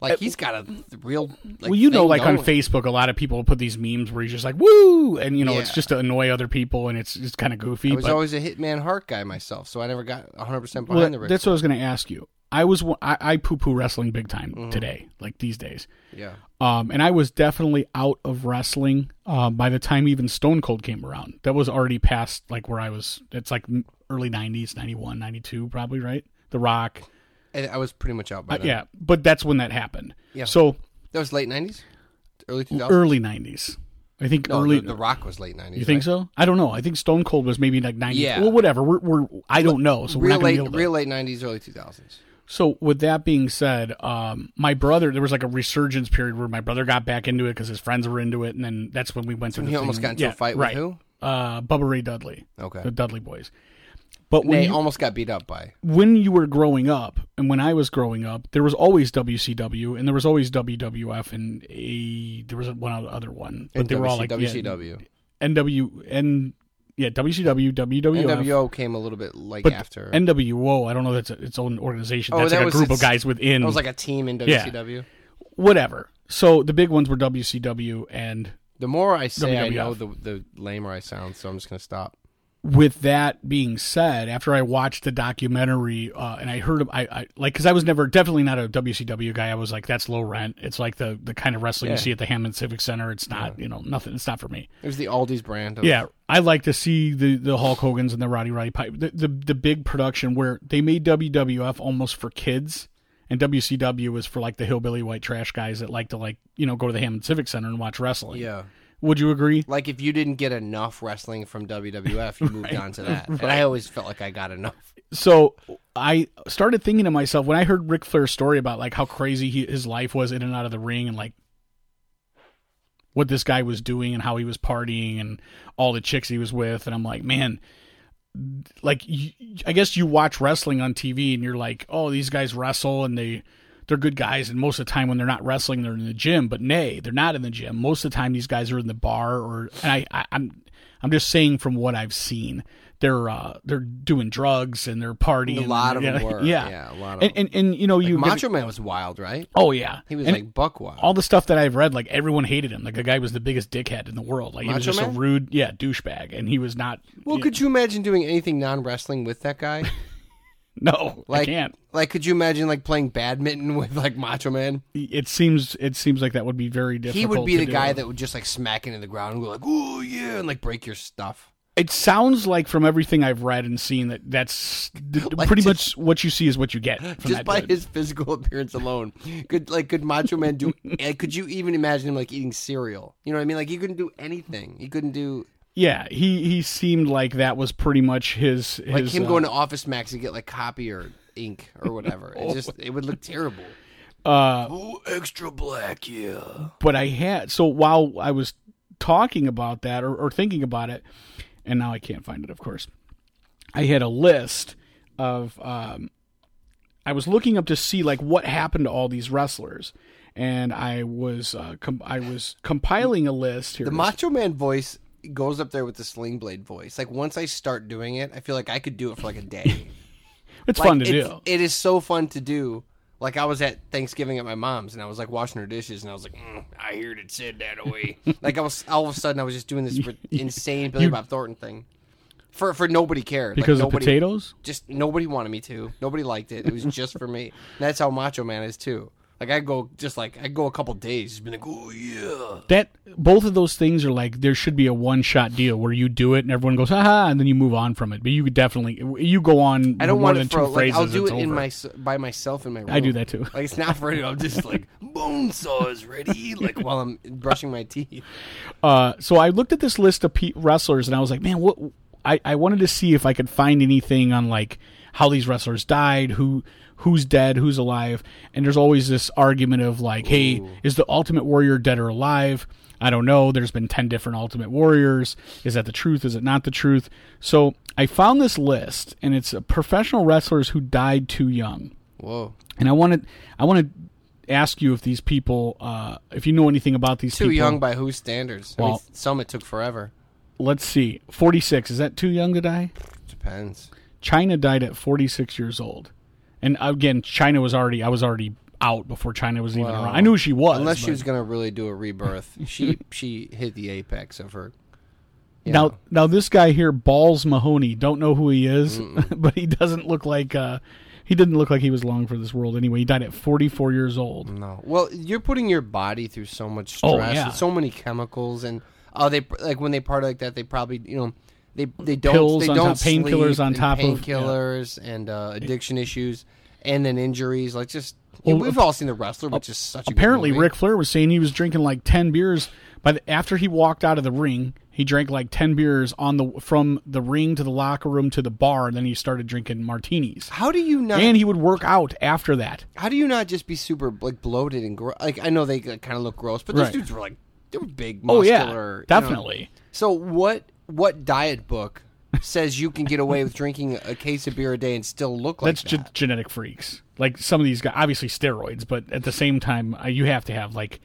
[SPEAKER 4] Like he's got a th- real. Like,
[SPEAKER 7] well, you know,
[SPEAKER 4] thing
[SPEAKER 7] like on
[SPEAKER 4] going.
[SPEAKER 7] Facebook, a lot of people put these memes where you're just like, woo! And, you know, it's
[SPEAKER 4] Yeah.
[SPEAKER 7] just to annoy other people and it's just kind of goofy.
[SPEAKER 4] I was
[SPEAKER 7] but,
[SPEAKER 4] always a Hitman Heart guy myself, so I never got 100 percent
[SPEAKER 7] well,
[SPEAKER 4] behind the Ric
[SPEAKER 7] that's what I was going to ask you. I was, wa- I, I poo poo wrestling big time
[SPEAKER 4] Mm-hmm.
[SPEAKER 7] today, like these days.
[SPEAKER 4] Yeah,
[SPEAKER 7] Um, and I was definitely out of wrestling um, by the time even Stone Cold came around. That was already past like where I was. It's like m- early 90s, 91, 92, probably, right? The Rock.
[SPEAKER 4] and I was pretty much out by
[SPEAKER 7] Uh,
[SPEAKER 4] then.
[SPEAKER 7] yeah. But that's when that happened.
[SPEAKER 4] Yeah.
[SPEAKER 7] So
[SPEAKER 4] that was late 90s, early 2000s.
[SPEAKER 7] early 90s. I think
[SPEAKER 4] no,
[SPEAKER 7] early.
[SPEAKER 4] the, The Rock was late 90s.
[SPEAKER 7] you think
[SPEAKER 4] right?
[SPEAKER 7] so? I don't know. I think Stone Cold was maybe like 90.
[SPEAKER 4] Yeah.
[SPEAKER 7] Well, whatever. We're, we're I don't know. So we're
[SPEAKER 4] Real
[SPEAKER 7] not going
[SPEAKER 4] late,
[SPEAKER 7] to be able to.
[SPEAKER 4] real late 90s, early 2000s.
[SPEAKER 7] So with that being said, um, my brother there was like a resurgence period where my brother got back into it because his friends were into it, and then that's when we went to.
[SPEAKER 4] when
[SPEAKER 7] the
[SPEAKER 4] he
[SPEAKER 7] thing.
[SPEAKER 4] almost got into a fight with
[SPEAKER 7] right.
[SPEAKER 4] who?
[SPEAKER 7] Uh, Bubba Ray Dudley,
[SPEAKER 4] Okay,
[SPEAKER 7] the Dudley Boys. But when
[SPEAKER 4] they
[SPEAKER 7] you,
[SPEAKER 4] almost got beat up by.
[SPEAKER 7] when you were growing up, and when I was growing up, there was always WCW, and there was always WWF, and a there was one other one, but
[SPEAKER 4] And
[SPEAKER 7] they were all like yeah,
[SPEAKER 4] WCW.
[SPEAKER 7] NW and yeah WCW WWF.
[SPEAKER 4] NWO came a little bit like
[SPEAKER 7] but
[SPEAKER 4] after.
[SPEAKER 7] NWO, I don't know that's a, its own organization.
[SPEAKER 4] Oh,
[SPEAKER 7] that's
[SPEAKER 4] that
[SPEAKER 7] like
[SPEAKER 4] was
[SPEAKER 7] a group of
[SPEAKER 4] its-
[SPEAKER 7] guys within.
[SPEAKER 4] it was like a team in
[SPEAKER 7] Mm. Yeah.
[SPEAKER 4] WCW.
[SPEAKER 7] whatever. So the big ones were WCW, and
[SPEAKER 4] The more I say I know,
[SPEAKER 7] WWF.
[SPEAKER 4] the the lamer I sound. So I'm just gonna stop.
[SPEAKER 7] with that being said, after I watched the documentary uh, and I heard, of- I, I like because I was never definitely not a WCW guy. I was like, that's low rent. It's like the the kind of wrestling you
[SPEAKER 4] Yeah.
[SPEAKER 7] see at the Hammond Civic Center. It's not, you know, nothing. It's not for me.
[SPEAKER 4] It was the Aldi's brand. Of,
[SPEAKER 7] Yeah, I like to see the the Hulk Hogan's and the Roddy Roddy Pipe, the, the the big production where they made WWF almost for kids, and WCW was for like the hillbilly white trash guys that like to like you know go to the Hammond Civic Center and watch wrestling.
[SPEAKER 4] yeah.
[SPEAKER 7] would you agree?
[SPEAKER 4] Like if you didn't get enough wrestling from WWF, you moved on to that. And I always felt like I got enough.
[SPEAKER 7] so I started thinking to myself when I heard Ric Flair's story about like how crazy he, his life was in and out of the ring and like what this guy was doing and how he was partying and all the chicks he was with and I'm like, man, like y- I guess you watch wrestling on TV and you're like, oh, these guys wrestle and they they're good guys and most of the time when they're not wrestling they're in the gym, but nay, they're not in the gym. Most of the time these guys are in the bar or and I, I I'm I'm just saying from what I've seen, they're uh they're doing drugs and they're partying.
[SPEAKER 4] A lot of
[SPEAKER 7] and,
[SPEAKER 4] them were.
[SPEAKER 7] yeah,
[SPEAKER 4] Yeah, a lot of
[SPEAKER 7] and,
[SPEAKER 4] them.
[SPEAKER 7] and and you know you get-
[SPEAKER 4] Macho Man was wild, right?
[SPEAKER 7] oh yeah,
[SPEAKER 4] He was
[SPEAKER 7] And
[SPEAKER 4] like buck wild.
[SPEAKER 7] all the stuff that I've read, like everyone hated him. Like the guy was the biggest dickhead in the world. Like he
[SPEAKER 4] Macho
[SPEAKER 7] was just
[SPEAKER 4] Man?
[SPEAKER 7] a rude, yeah, douchebag, and he was not.
[SPEAKER 4] well,
[SPEAKER 7] yeah,
[SPEAKER 4] could you imagine doing anything non wrestling with that guy?
[SPEAKER 7] no,
[SPEAKER 4] Like,
[SPEAKER 7] I can't.
[SPEAKER 4] Like, could you imagine like playing badminton with like Macho Man?
[SPEAKER 7] it seems it seems like that would be very difficult.
[SPEAKER 4] He would be
[SPEAKER 7] to
[SPEAKER 4] the
[SPEAKER 7] do.
[SPEAKER 4] guy that would just like smack into the ground and go like, "Ooh yeah," and like break your stuff.
[SPEAKER 7] It sounds like from everything I've read and seen that that's d- d-
[SPEAKER 4] Like
[SPEAKER 7] pretty
[SPEAKER 4] just-
[SPEAKER 7] much what you see is what you get. From
[SPEAKER 4] just
[SPEAKER 7] that
[SPEAKER 4] by
[SPEAKER 7] dude.
[SPEAKER 4] his physical appearance alone. Could like could Macho Man do? eh, could you even imagine him like eating cereal? You know what I mean? Like he couldn't do anything. He couldn't do
[SPEAKER 7] yeah, he he seemed like that was pretty much his
[SPEAKER 4] like
[SPEAKER 7] his,
[SPEAKER 4] him
[SPEAKER 7] uh,
[SPEAKER 4] going to Office Max and get like copy or ink or whatever.
[SPEAKER 7] Oh
[SPEAKER 4] It just it would look terrible.
[SPEAKER 7] uh,
[SPEAKER 4] Ooh, extra black, yeah.
[SPEAKER 7] but I had so while I was talking about that or, or thinking about it, and now I can't find it, of course. I had a list of um, I was looking up to see like what happened to all these wrestlers, and I was uh, com- I was compiling a list here.
[SPEAKER 4] The Macho Man voice goes up there with the Sling Blade voice. Like once I start doing it, I feel like I could do it for like a day.
[SPEAKER 7] it's
[SPEAKER 4] Like,
[SPEAKER 7] fun to
[SPEAKER 4] it's-
[SPEAKER 7] do.
[SPEAKER 4] It is so fun to do. Like I was at Thanksgiving at my mom's, and I was like washing her dishes, and I was like, mm, I heard it said that away. like I was all of a sudden, I was just doing this ri- insane Billy Bob Thornton thing for for nobody cared
[SPEAKER 7] Because
[SPEAKER 4] like,
[SPEAKER 7] of
[SPEAKER 4] nobody,
[SPEAKER 7] potatoes?
[SPEAKER 4] Just nobody wanted me to. Nobody liked it. It was just for me. And that's how Macho Man is too. Like I go just like I go a couple days, just be like, oh yeah.
[SPEAKER 7] That both of those things are like there should be a one shot deal where you do it and everyone goes haha and then you move on from it. But you could definitely you go on
[SPEAKER 4] I don't
[SPEAKER 7] more
[SPEAKER 4] want
[SPEAKER 7] than
[SPEAKER 4] it for
[SPEAKER 7] two
[SPEAKER 4] like
[SPEAKER 7] phrases.
[SPEAKER 4] I'll do
[SPEAKER 7] it's
[SPEAKER 4] it in
[SPEAKER 7] over.
[SPEAKER 4] my by myself in my room.
[SPEAKER 7] I do that too.
[SPEAKER 4] Like it's not for anyone. I'm just like bone saw is ready. Like while I'm brushing my teeth.
[SPEAKER 7] Uh, so I looked at this list of pe- wrestlers and I was like, man, what? I, I wanted to see if I could find anything on like how these wrestlers died, who who's dead, who's alive, and there's always this argument of like, hey, is the Ultimate Warrior dead or alive? I don't know. There's been ten different Ultimate Warriors. Is that the truth? Is it not the truth? So I found this list, and it's uh, professional wrestlers who died too young.
[SPEAKER 4] Whoa.
[SPEAKER 7] And I wanted I want to ask you if these people, uh, if you know anything about these
[SPEAKER 4] Too
[SPEAKER 7] people.
[SPEAKER 4] young by whose standards? I mean,
[SPEAKER 7] Well-
[SPEAKER 4] some it took forever.
[SPEAKER 7] let's see 46 is that too young to die
[SPEAKER 4] Depends.
[SPEAKER 7] china died at 46 years old and again china was already i was already out before China was even
[SPEAKER 4] Well,
[SPEAKER 7] around. I knew she was.
[SPEAKER 4] Unless she
[SPEAKER 7] but-
[SPEAKER 4] was going to really do a rebirth, she she hit the apex of her. you
[SPEAKER 7] Now,
[SPEAKER 4] know.
[SPEAKER 7] now this guy here, Balls Mahoney, don't know who he is, but he doesn't look like uh, he didn't look like he was long for this world anyway. He died at 44 years old.
[SPEAKER 4] No. Well, you're putting your body through so much stress,
[SPEAKER 7] Oh, yeah.
[SPEAKER 4] and so many chemicals, and oh, they like when they party like that, they probably you know they they don't
[SPEAKER 7] Pills
[SPEAKER 4] they
[SPEAKER 7] on
[SPEAKER 4] don't
[SPEAKER 7] top, painkillers
[SPEAKER 4] sleep,
[SPEAKER 7] on
[SPEAKER 4] and
[SPEAKER 7] top of- yeah.
[SPEAKER 4] painkillers and uh, addiction issues, and then injuries. Like just
[SPEAKER 7] Well,
[SPEAKER 4] we've all seen the wrestler, which is such a good
[SPEAKER 7] Apparently,
[SPEAKER 4] movie.
[SPEAKER 7] Ric Flair was saying he was drinking like 10 beers. By the, after he walked out of the ring, he drank like 10 beers on the from the ring to the locker room to the bar, and then he started drinking martinis.
[SPEAKER 4] How do you not?
[SPEAKER 7] And he would work out after that.
[SPEAKER 4] how do you not just be super like bloated and gro- like I know they kind of look gross, but those
[SPEAKER 7] Right.
[SPEAKER 4] dudes were like they were big,
[SPEAKER 7] Oh, yeah.
[SPEAKER 4] muscular, you know.
[SPEAKER 7] Definitely.
[SPEAKER 4] So what what diet book says you can get away with drinking a case of beer a day and still look like
[SPEAKER 7] That's
[SPEAKER 4] that?
[SPEAKER 7] ge- genetic freaks. Like some of these guys, obviously steroids, but at the same time, uh, you have to have like.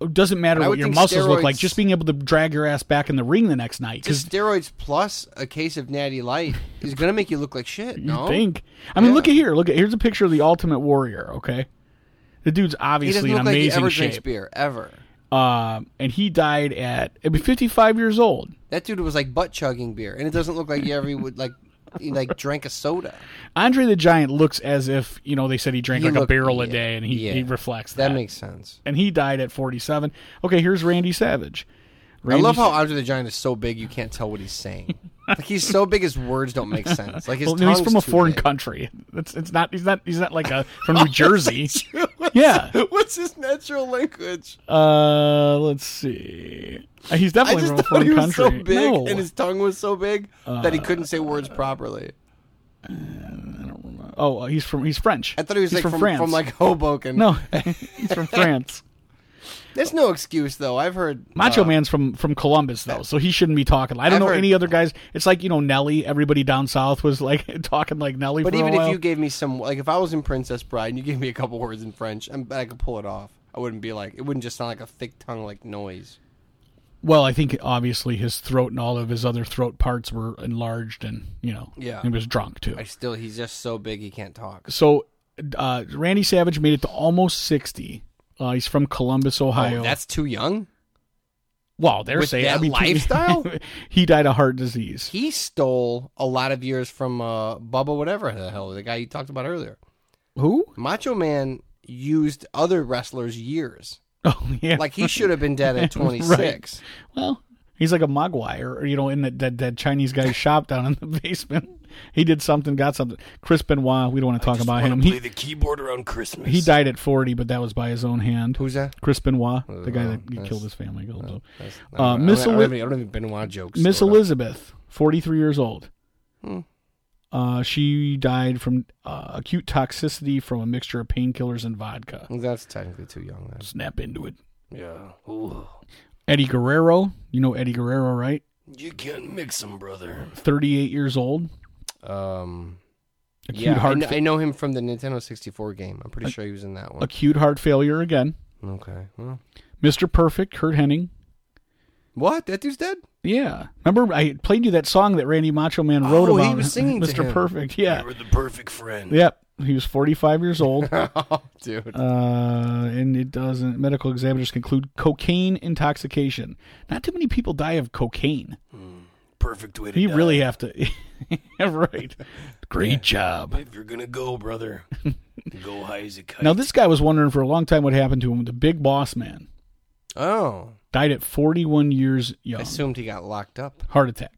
[SPEAKER 7] It doesn't matter
[SPEAKER 4] I
[SPEAKER 7] what
[SPEAKER 4] would
[SPEAKER 7] your
[SPEAKER 4] think
[SPEAKER 7] muscles look like.
[SPEAKER 4] steroids-
[SPEAKER 7] Just being able to drag your ass back in the ring the next night, because
[SPEAKER 4] Just steroids plus a case of Natty Light is gonna make you look like shit.
[SPEAKER 7] you
[SPEAKER 4] No,
[SPEAKER 7] think. I mean,
[SPEAKER 4] Yeah.
[SPEAKER 7] look at here. Look at here's a picture of the Ultimate Warrior. Okay, the dude's
[SPEAKER 4] he doesn't
[SPEAKER 7] obviously in
[SPEAKER 4] look like he
[SPEAKER 7] amazing
[SPEAKER 4] ever drinks
[SPEAKER 7] shape,
[SPEAKER 4] beer ever.
[SPEAKER 7] uh, and he died at I mean, 55 years old.
[SPEAKER 4] That dude was like butt chugging beer, and it doesn't look like he ever would like he like drank a soda.
[SPEAKER 7] Andre the Giant looks as if you know they said he drank
[SPEAKER 4] He
[SPEAKER 7] like
[SPEAKER 4] looked-
[SPEAKER 7] a barrel a
[SPEAKER 4] yeah,
[SPEAKER 7] day, and he,
[SPEAKER 4] yeah.
[SPEAKER 7] he reflects that.
[SPEAKER 4] That makes sense.
[SPEAKER 7] and he died at 47. Okay, here's Randy Savage.
[SPEAKER 4] I
[SPEAKER 7] Randy
[SPEAKER 4] love how Andre the Giant is so big you can't tell what he's saying. like he's so big his words don't make sense. Like his
[SPEAKER 7] Well, no, he's
[SPEAKER 4] tongue's
[SPEAKER 7] from a
[SPEAKER 4] too
[SPEAKER 7] foreign
[SPEAKER 4] big. Oh,
[SPEAKER 7] country. That's it's not. He's not. He's not like a from New Jersey. yeah.
[SPEAKER 4] What's his natural language?
[SPEAKER 7] Uh, let's see. Uh, He's
[SPEAKER 4] I
[SPEAKER 7] definitely
[SPEAKER 4] just
[SPEAKER 7] from a
[SPEAKER 4] thought
[SPEAKER 7] foreign
[SPEAKER 4] he was
[SPEAKER 7] country.
[SPEAKER 4] so big
[SPEAKER 7] no, Uh,
[SPEAKER 4] and his tongue was so big that he couldn't say words properly.
[SPEAKER 7] oh, he's from he's French.
[SPEAKER 4] I thought he was
[SPEAKER 7] he's
[SPEAKER 4] like
[SPEAKER 7] from,
[SPEAKER 4] from, from,
[SPEAKER 7] France.
[SPEAKER 4] like Hoboken.
[SPEAKER 7] no, he's from France.
[SPEAKER 4] There's no excuse though. I've heard
[SPEAKER 7] Macho
[SPEAKER 4] uh,
[SPEAKER 7] Man's from from Columbus though, so he shouldn't be talking. I don't
[SPEAKER 4] I've
[SPEAKER 7] know
[SPEAKER 4] heard-
[SPEAKER 7] any other guys. It's like you know Nelly. Everybody down south was like talking like Nelly.
[SPEAKER 4] But
[SPEAKER 7] for
[SPEAKER 4] even
[SPEAKER 7] a while.
[SPEAKER 4] if you gave me some, like if I was in Princess Bride and you gave me a couple words in French, I'm, I could pull it off. I wouldn't be like it wouldn't just sound like a thick tongue like noise.
[SPEAKER 7] Well, I think obviously his throat and all of his other throat parts were enlarged, and you know,
[SPEAKER 4] Yeah.
[SPEAKER 7] he was drunk too.
[SPEAKER 4] I still he's just so big he can't talk.
[SPEAKER 7] So, uh, Randy Savage made it to almost sixty. Uh, he's from Columbus, Ohio.
[SPEAKER 4] Oh, that's too young.
[SPEAKER 7] well, they're
[SPEAKER 4] with
[SPEAKER 7] saying
[SPEAKER 4] that
[SPEAKER 7] I mean,
[SPEAKER 4] lifestyle?
[SPEAKER 7] he died of heart disease.
[SPEAKER 4] He stole a lot of years from uh, Bubba, whatever the hell the guy you talked about earlier.
[SPEAKER 7] Who?
[SPEAKER 4] Macho Man used other wrestlers' years.
[SPEAKER 7] Oh yeah.
[SPEAKER 4] Like he should have been dead at 26.
[SPEAKER 7] well, he's like a mogwai, or you know, in that that, that Chinese guy's shop down in the basement. He did something, got something. Chris Benoit. We don't want to talk about him. He
[SPEAKER 4] the keyboard around Christmas.
[SPEAKER 7] he died at forty, but that was by his own hand.
[SPEAKER 4] Who's that?
[SPEAKER 7] Chris Benoit, the guy
[SPEAKER 4] Oh,
[SPEAKER 7] that
[SPEAKER 4] that's-
[SPEAKER 7] killed his family. killed him.
[SPEAKER 4] I
[SPEAKER 7] Uh,
[SPEAKER 4] don't-
[SPEAKER 7] Miss
[SPEAKER 4] I don't,
[SPEAKER 7] Eli-
[SPEAKER 4] have any- I don't have any Benoit jokes.
[SPEAKER 7] Miss
[SPEAKER 4] loaded up.
[SPEAKER 7] Elizabeth, 43 years old.
[SPEAKER 4] Hmm.
[SPEAKER 7] Uh, she died from uh, acute toxicity from a mixture of painkillers and vodka.
[SPEAKER 4] That's technically too young. Then.
[SPEAKER 7] Snap into it.
[SPEAKER 4] Yeah.
[SPEAKER 7] Eddie Guerrero, you know Eddie Guerrero, right?
[SPEAKER 4] You can't mix them, brother.
[SPEAKER 7] 38 years old.
[SPEAKER 4] Um.
[SPEAKER 7] Acute
[SPEAKER 4] yeah, I
[SPEAKER 7] heart
[SPEAKER 4] kn- I know,
[SPEAKER 7] fa-
[SPEAKER 4] him from the Nintendo 64 game. I'm pretty sure he was in that one.
[SPEAKER 7] acute heart failure again.
[SPEAKER 4] Okay. Well,
[SPEAKER 7] Mr. Perfect, Kurt Hennig.
[SPEAKER 4] what? That dude's dead?
[SPEAKER 7] Yeah, remember I played you that song that Randy Macho Man wrote
[SPEAKER 4] Oh, he
[SPEAKER 7] about.
[SPEAKER 4] was singing to
[SPEAKER 7] Mr.
[SPEAKER 4] him.
[SPEAKER 7] Perfect. Yeah,
[SPEAKER 4] were the perfect friend.
[SPEAKER 7] yep. He was 45 years old.
[SPEAKER 4] oh, dude.
[SPEAKER 7] Uh, and it doesn't. Medical examiners conclude cocaine intoxication. Not too many people die of cocaine.
[SPEAKER 1] perfect way to
[SPEAKER 7] You
[SPEAKER 1] die.
[SPEAKER 7] really have to. Yeah, right. Great job.
[SPEAKER 1] if you're gonna go, brother, go high as a kite.
[SPEAKER 7] Now this guy was wondering for a long time what happened to him. The big boss man
[SPEAKER 4] Oh.
[SPEAKER 7] died at 41 years
[SPEAKER 4] I
[SPEAKER 7] young.
[SPEAKER 4] assumed he got locked up.
[SPEAKER 7] Heart attack.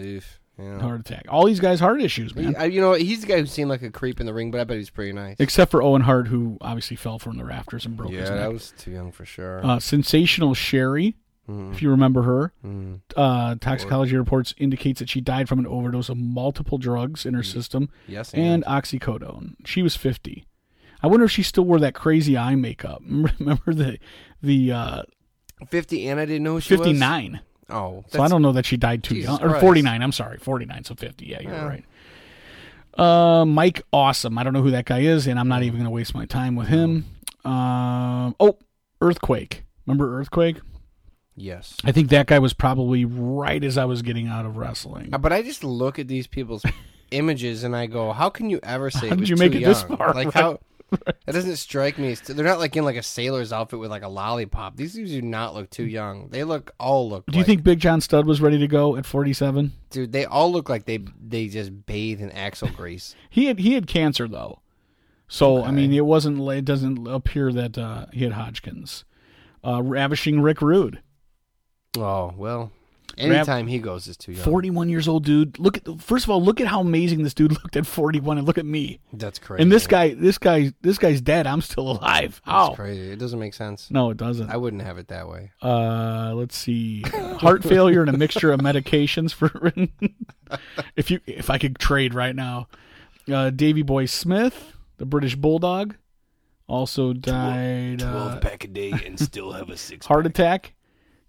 [SPEAKER 4] Oof. Yeah.
[SPEAKER 7] Heart attack. All these guys heart issues, man.
[SPEAKER 4] He- I, you know, what? he's the guy who seemed like a creep in the ring, but I bet he's pretty nice.
[SPEAKER 7] Except for Owen Hart, who obviously fell from the rafters and broke his
[SPEAKER 4] Yeah,
[SPEAKER 7] neck.
[SPEAKER 4] that was too young for sure.
[SPEAKER 7] uh, sensational Sherry,
[SPEAKER 4] Mm.
[SPEAKER 7] if you remember her. Uh, toxicology reports indicates that she died from an overdose of multiple drugs in her
[SPEAKER 4] Mm.
[SPEAKER 7] system
[SPEAKER 4] yes,
[SPEAKER 7] and oxycodone. She was 50. I wonder if she still wore that crazy eye makeup. Remember the the uh,
[SPEAKER 4] 50, and I didn't know who she was.
[SPEAKER 7] 59.
[SPEAKER 4] Oh,
[SPEAKER 7] So I don't know that she died too
[SPEAKER 4] Jesus
[SPEAKER 7] young or
[SPEAKER 4] Christ.
[SPEAKER 7] 49. I'm sorry, 49. So 50. Yeah, you're right. Uh, Mike Awesome. I don't know who that guy is, and I'm not even going to waste my time with him. Um, oh, Earthquake. Remember Earthquake?
[SPEAKER 4] Yes.
[SPEAKER 7] I think that guy was probably right as I was getting out of wrestling.
[SPEAKER 4] Uh, But I just look at these people's images and I go, how can you ever say
[SPEAKER 7] How
[SPEAKER 4] it
[SPEAKER 7] did
[SPEAKER 4] was
[SPEAKER 7] you make
[SPEAKER 4] too
[SPEAKER 7] it
[SPEAKER 4] young?
[SPEAKER 7] this far?
[SPEAKER 4] Like
[SPEAKER 7] Right.
[SPEAKER 4] how That doesn't strike me. as They're not like in like a sailor's outfit with like a lollipop. These dudes do not look too young. They look all look.
[SPEAKER 7] Do you
[SPEAKER 4] like-
[SPEAKER 7] think Big John Stud was ready to go at 47?
[SPEAKER 4] dude? They all look like they they just bathe in axle grease.
[SPEAKER 7] He had he had cancer though, so I mean it wasn't it doesn't appear that uh, he had Hodgkin's. Uh, ravishing Rick Rude,
[SPEAKER 4] Oh well, anytime he goes is too young.
[SPEAKER 7] 41 years old dude. Look at first of all, look at how amazing this dude looked at 41, and look at me.
[SPEAKER 4] That's crazy.
[SPEAKER 7] And this guy, this guy, this guy's dead. I'm still alive.
[SPEAKER 4] That's
[SPEAKER 7] How?
[SPEAKER 4] crazy. It doesn't make sense.
[SPEAKER 7] No, it doesn't.
[SPEAKER 4] I wouldn't have it that way.
[SPEAKER 7] uh let's see heart failure and a mixture of medications for if you if i could trade right now uh davy boy smith the british bulldog also died uh,
[SPEAKER 1] Twelve pack a day and still have a six.
[SPEAKER 7] heart attack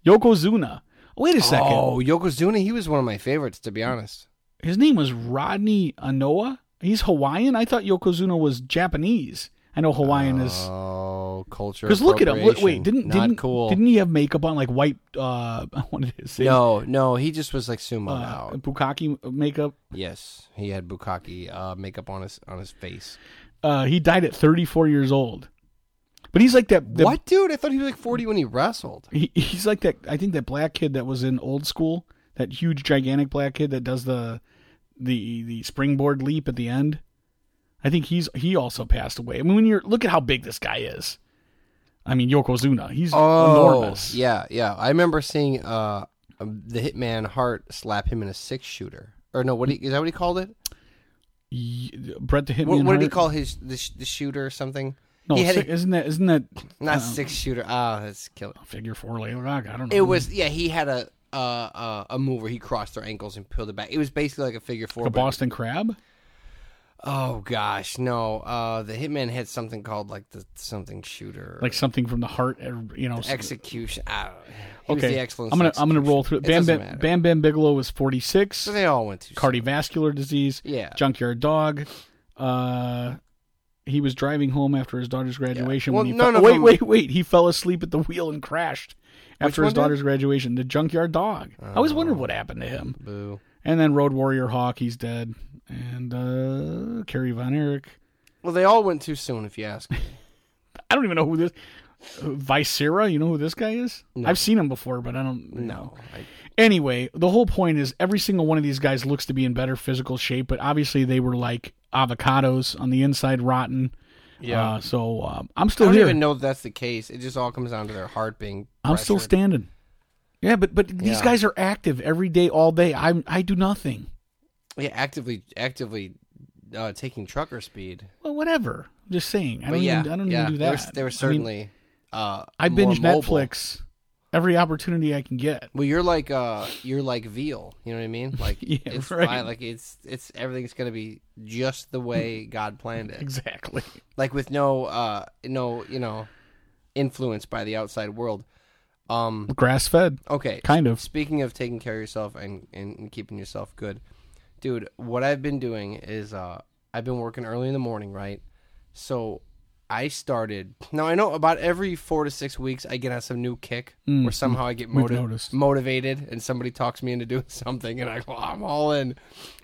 [SPEAKER 7] yokozuna wait a second
[SPEAKER 4] Oh, Yokozuna, he was one of my favorites to be honest.
[SPEAKER 7] his name was rodney anoa he's hawaiian i thought yokozuna was japanese i know hawaiian is
[SPEAKER 4] Oh, culture.
[SPEAKER 7] because look at him wait, wait
[SPEAKER 4] appropriation.
[SPEAKER 7] didn't
[SPEAKER 4] not
[SPEAKER 7] didn't
[SPEAKER 4] cool.
[SPEAKER 7] didn't he have makeup on like white uh what did it say
[SPEAKER 4] no, no, he just was like sumo
[SPEAKER 7] uh,
[SPEAKER 4] out.
[SPEAKER 7] bukkake makeup
[SPEAKER 4] Yes, he had bukkake uh, makeup on his on his face.
[SPEAKER 7] Uh, he died at 34 years old. But he's like that. that-
[SPEAKER 4] what, dude? I thought he was like forty when he wrestled.
[SPEAKER 7] He, he's like that. I think that black kid that was in old school, that huge, gigantic black kid that does the the the springboard leap at the end. I think he's he also passed away. I mean, when you're look at how big this guy is. I mean, Yokozuna, he's enormous.
[SPEAKER 4] Oh, yeah, yeah. I remember seeing uh um, the Hitman Hart slap him in a six shooter. Or no, what he, is that? What he called it?
[SPEAKER 7] Y- Bret the Hitman.
[SPEAKER 4] What, what did he
[SPEAKER 7] Hart-
[SPEAKER 4] call his the, sh- the shooter or something?
[SPEAKER 7] No,
[SPEAKER 4] he had
[SPEAKER 7] si-
[SPEAKER 4] a-
[SPEAKER 7] isn't that isn't that
[SPEAKER 4] not six shooter. Ah, that's killer.
[SPEAKER 7] figure four later? I don't know.
[SPEAKER 4] It was yeah. He had a uh, uh, a move where he crossed their ankles and peeled it back. It was basically like a figure four.
[SPEAKER 7] the
[SPEAKER 4] but-
[SPEAKER 7] Boston Crab.
[SPEAKER 4] Oh gosh, no. Uh, the Hitman had something called like the something shooter,
[SPEAKER 7] like something from the heart, or, you know.
[SPEAKER 4] execution. I don't know. He was
[SPEAKER 7] okay,
[SPEAKER 4] the excellence.
[SPEAKER 7] I'm gonna I'm gonna roll through it.
[SPEAKER 4] It
[SPEAKER 7] Bam
[SPEAKER 4] doesn't
[SPEAKER 7] Bam,
[SPEAKER 4] matter.
[SPEAKER 7] Bam Bam Bigelow was 46.
[SPEAKER 4] So they all went to
[SPEAKER 7] cardiovascular disease.
[SPEAKER 4] Yeah.
[SPEAKER 7] junkyard dog. Uh, he was driving home after his daughter's graduation.
[SPEAKER 4] Well,
[SPEAKER 7] when he
[SPEAKER 4] none
[SPEAKER 7] fell-
[SPEAKER 4] of
[SPEAKER 7] wait,
[SPEAKER 4] them-
[SPEAKER 7] wait, wait! He fell asleep at the wheel and crashed after
[SPEAKER 4] Which
[SPEAKER 7] his
[SPEAKER 4] one did?
[SPEAKER 7] daughter's graduation. The junkyard dog. I always wondered what happened to him.
[SPEAKER 4] Boo.
[SPEAKER 7] And then Road Warrior Hawk, he's dead. And uh Kerry Von Erich.
[SPEAKER 4] Well, they all went too soon, if you ask. me.
[SPEAKER 7] I don't even know who this. Uh, Viscera, you know who this guy is? I've seen him before, but I don't know.
[SPEAKER 4] No, I,
[SPEAKER 7] Uh, anyway, the whole point is every single one of these guys looks to be in better physical shape, but obviously they were like avocados on the inside, rotten.
[SPEAKER 4] Yeah.
[SPEAKER 7] Uh, so um, I'm
[SPEAKER 4] I
[SPEAKER 7] still
[SPEAKER 4] don't
[SPEAKER 7] here.
[SPEAKER 4] even know that that's the case. It just all comes down to their heart being.
[SPEAKER 7] I'm still
[SPEAKER 4] pressured.
[SPEAKER 7] standing. Yeah, but but these
[SPEAKER 4] Yeah.
[SPEAKER 7] guys are active every day, all day. I I do nothing.
[SPEAKER 4] yeah, actively, actively uh, taking trucker speed.
[SPEAKER 7] Well, whatever. I'm just saying. I
[SPEAKER 4] But
[SPEAKER 7] don't
[SPEAKER 4] yeah,
[SPEAKER 7] even I don't
[SPEAKER 4] yeah,
[SPEAKER 7] even do
[SPEAKER 4] They were,
[SPEAKER 7] that.
[SPEAKER 4] they were
[SPEAKER 7] I, mean,
[SPEAKER 4] certainly. uh,
[SPEAKER 7] I
[SPEAKER 4] more
[SPEAKER 7] binge
[SPEAKER 4] mobile.
[SPEAKER 7] Netflix every opportunity I can get.
[SPEAKER 4] Well, you're like uh, you're like veal. You know what I mean? Like
[SPEAKER 7] Yeah,
[SPEAKER 4] it's
[SPEAKER 7] right.
[SPEAKER 4] fine. Like it's it's everything's gonna be just the way
[SPEAKER 7] Mm-hmm.
[SPEAKER 4] God planned it.
[SPEAKER 7] Exactly.
[SPEAKER 4] Like with no uh no you know influence by the outside world. Um.
[SPEAKER 7] Grass fed.
[SPEAKER 4] Okay.
[SPEAKER 7] Kind of.
[SPEAKER 4] Speaking of taking care of yourself and, and keeping yourself good, dude, what I've been doing is uh, I've been working early in the morning, right? So I started. Now I know about every four to six weeks I get on some new kick where somehow I get motiv-
[SPEAKER 7] Mm, noticed.
[SPEAKER 4] motivated and somebody talks me into doing something and I go, I'm all in.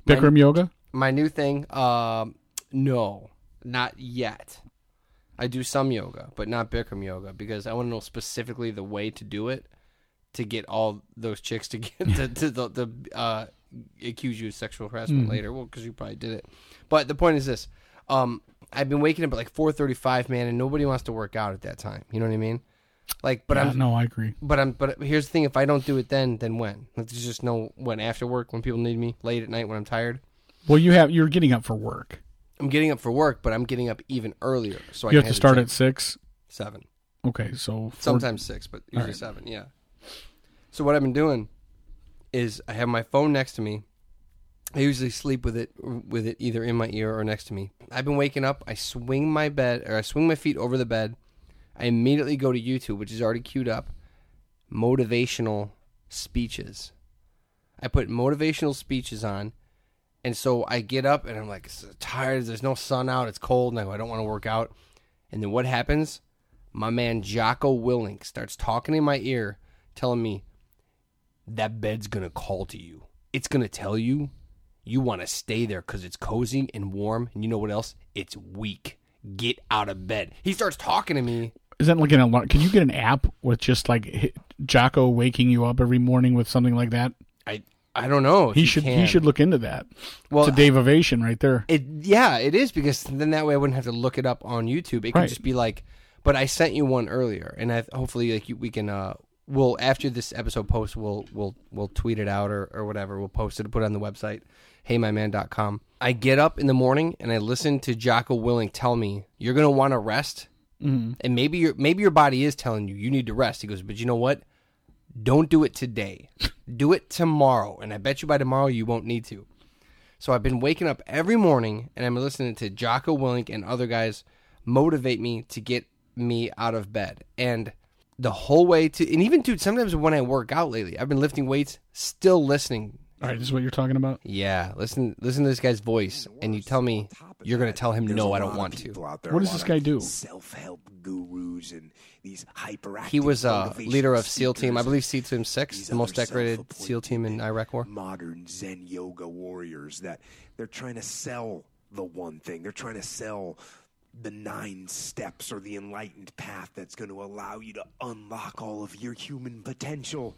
[SPEAKER 7] Bikram yoga.
[SPEAKER 4] My new thing, um, no, not yet. I do some yoga, but not Bikram yoga because I want to know specifically the way to do it to get all those chicks to get to, to the, the uh, accuse you of sexual harassment later. Well, because you probably did it. But the point is this: um, I've been waking up at like four thirty-five, man, and nobody wants to work out at that time. You know what I mean? Like, but
[SPEAKER 7] Yeah,
[SPEAKER 4] I'm
[SPEAKER 7] Uh, no, I agree.
[SPEAKER 4] but I'm but here's the thing: if I don't do it then, then when? Like, there's just no when after work when people need me late at night when I'm tired.
[SPEAKER 7] Well, you have you're getting up for work.
[SPEAKER 4] I'm getting up for work, but I'm getting up even earlier, so I
[SPEAKER 7] You
[SPEAKER 4] can
[SPEAKER 7] have to start
[SPEAKER 4] at
[SPEAKER 7] at six.
[SPEAKER 4] seven,
[SPEAKER 7] Okay, so four-
[SPEAKER 4] sometimes six, but usually seven. Yeah. So what I've been doing is I have my phone next to me. I usually sleep with it with it either in my ear or next to me. I've been waking up. I swing my bed or I swing my feet over the bed. I immediately go to YouTube, which is already queued up. Motivational speeches. I put motivational speeches on. And so I get up and I'm like "S- tired. There's no sun out. It's cold. And I go, I don't want to work out. And then what happens? My man Jocko Willink starts talking in my ear, telling me that bed's gonna call to you. It's gonna tell you you want to stay there because it's cozy and warm. And you know what else? It's weak.
[SPEAKER 1] get out of bed.
[SPEAKER 4] He starts talking to me.
[SPEAKER 7] Is that like an alarm? Can you get an app with just like hi- Jocko waking you up every morning with something like that?
[SPEAKER 1] I
[SPEAKER 4] I don't know. if
[SPEAKER 7] He should
[SPEAKER 4] can.
[SPEAKER 7] he should look into that.
[SPEAKER 4] Well,
[SPEAKER 7] it's a Dave Ovation right there.
[SPEAKER 4] It yeah, it is because then that way I wouldn't have to look it up on YouTube. It could
[SPEAKER 7] Right.
[SPEAKER 4] just be like, but I sent you one earlier, and I hopefully like you, we can uh we'll after this episode post we'll we'll we'll tweet it out or or whatever we'll post it put it on the website heymyman.com. I get up in the morning and I listen to Jocko Willing tell me you're gonna want to rest, and maybe your maybe your body is telling you you need to rest. He goes, but you know what? Don't do it today. do it tomorrow, and I bet you by tomorrow you won't need to. So I've been waking up every morning and I'm listening to Jocko Willink and other guys motivate me to get me out of bed. And the whole way to, and even dude, sometimes when I work out lately, I've been lifting weights, still listening.
[SPEAKER 7] All right, this is what you're talking about.
[SPEAKER 4] Yeah, listen, listen to this guy's voice, and you tell me you're gonna tell him no, I don't want to.
[SPEAKER 7] What does this guy do?
[SPEAKER 3] Self-help gurus and these hyperactive.
[SPEAKER 4] He was a
[SPEAKER 3] motivational
[SPEAKER 4] leader of SEAL Team, I
[SPEAKER 3] seekers
[SPEAKER 4] believe
[SPEAKER 3] and
[SPEAKER 4] SEAL Team Six,
[SPEAKER 3] these
[SPEAKER 4] the most
[SPEAKER 3] other
[SPEAKER 4] decorated
[SPEAKER 3] self-appointed
[SPEAKER 4] SEAL Team in Iraq War.
[SPEAKER 3] Modern Zen yoga warriors that they're trying to sell the one thing. They're trying to sell the nine steps or the enlightened path that's going to allow you to unlock all of your human potential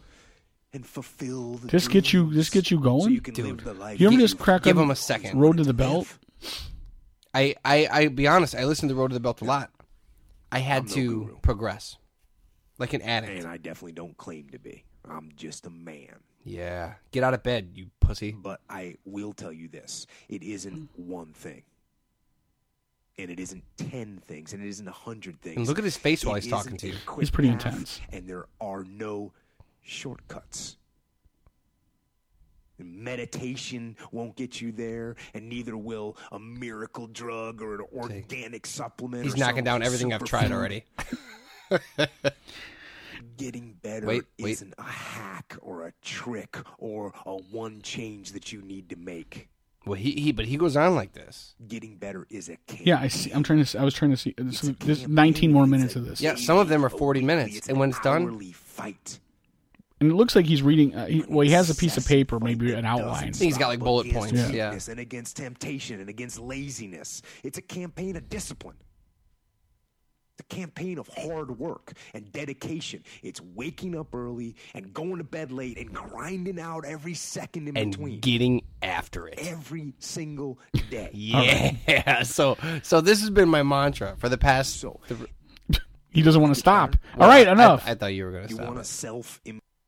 [SPEAKER 3] and fulfill. The
[SPEAKER 7] This gets you- this gets you
[SPEAKER 3] dreams so
[SPEAKER 7] going?
[SPEAKER 3] can
[SPEAKER 4] Dude.
[SPEAKER 3] live the life
[SPEAKER 7] You ever
[SPEAKER 3] that
[SPEAKER 7] just
[SPEAKER 3] you've
[SPEAKER 7] crack
[SPEAKER 4] Give
[SPEAKER 7] on
[SPEAKER 4] him a second.
[SPEAKER 7] Road to the Belt?
[SPEAKER 4] I, I, I be honest, I listened to Road to the Belt a lot. I had
[SPEAKER 3] no
[SPEAKER 4] to
[SPEAKER 3] guru.
[SPEAKER 4] progress, like an addict.
[SPEAKER 3] And I definitely don't claim to be. I'm just a man.
[SPEAKER 4] Yeah. Get out of bed, you pussy.
[SPEAKER 3] But I will tell you this it isn't
[SPEAKER 7] Mm.
[SPEAKER 3] one thing. And it isn't 10 things. And it isn't 100 things.
[SPEAKER 4] And look at his face while
[SPEAKER 3] It
[SPEAKER 4] he's talking
[SPEAKER 3] isn't
[SPEAKER 4] to
[SPEAKER 3] a
[SPEAKER 4] you.
[SPEAKER 3] quick
[SPEAKER 7] He's pretty
[SPEAKER 3] path,
[SPEAKER 7] intense.
[SPEAKER 3] And there are no shortcuts. Meditation won't get you there, and neither will a miracle drug or an organic supplement.
[SPEAKER 4] He's
[SPEAKER 3] or
[SPEAKER 4] knocking
[SPEAKER 3] some
[SPEAKER 4] down everything I've tried
[SPEAKER 3] superfood.
[SPEAKER 4] already.
[SPEAKER 3] getting better
[SPEAKER 4] Wait, wait.
[SPEAKER 3] isn't a hack or a trick or a one change that you need to make.
[SPEAKER 4] Well, he, he but he goes on like this.
[SPEAKER 3] Getting better is a campaign.
[SPEAKER 7] Yeah, I see. I'm trying to. s- I was trying to see. This,
[SPEAKER 3] It's a
[SPEAKER 7] this
[SPEAKER 3] campaign.
[SPEAKER 7] 19 more
[SPEAKER 3] It's
[SPEAKER 7] minutes
[SPEAKER 3] a
[SPEAKER 7] of this,
[SPEAKER 4] Yeah, some of them are 40
[SPEAKER 3] daily,
[SPEAKER 4] minutes, and when
[SPEAKER 3] an
[SPEAKER 4] it's done-
[SPEAKER 3] hourly fight.
[SPEAKER 7] and it looks like he's reading. Uh, he,
[SPEAKER 3] An
[SPEAKER 7] well, he has a piece of
[SPEAKER 3] incessant
[SPEAKER 7] paper,
[SPEAKER 3] fight
[SPEAKER 7] maybe
[SPEAKER 3] that
[SPEAKER 7] an
[SPEAKER 3] doesn't
[SPEAKER 7] outline.
[SPEAKER 4] think he's got, like,
[SPEAKER 3] stop
[SPEAKER 4] bullet
[SPEAKER 3] against
[SPEAKER 4] points,
[SPEAKER 7] Yeah.
[SPEAKER 3] weakness and against temptation and against laziness. It's a campaign of discipline. It's a campaign of hard work and dedication. It's waking up early and going to bed late and grinding out every second in
[SPEAKER 4] And
[SPEAKER 3] between.
[SPEAKER 4] getting after it.
[SPEAKER 3] every single day.
[SPEAKER 4] Yeah. So so this has been my mantra for the past
[SPEAKER 3] So
[SPEAKER 7] He doesn't want to stop. All right,
[SPEAKER 4] I-
[SPEAKER 7] enough.
[SPEAKER 4] I, thought you were gonna
[SPEAKER 3] you
[SPEAKER 4] stop.
[SPEAKER 3] want to
[SPEAKER 4] it.
[SPEAKER 3] self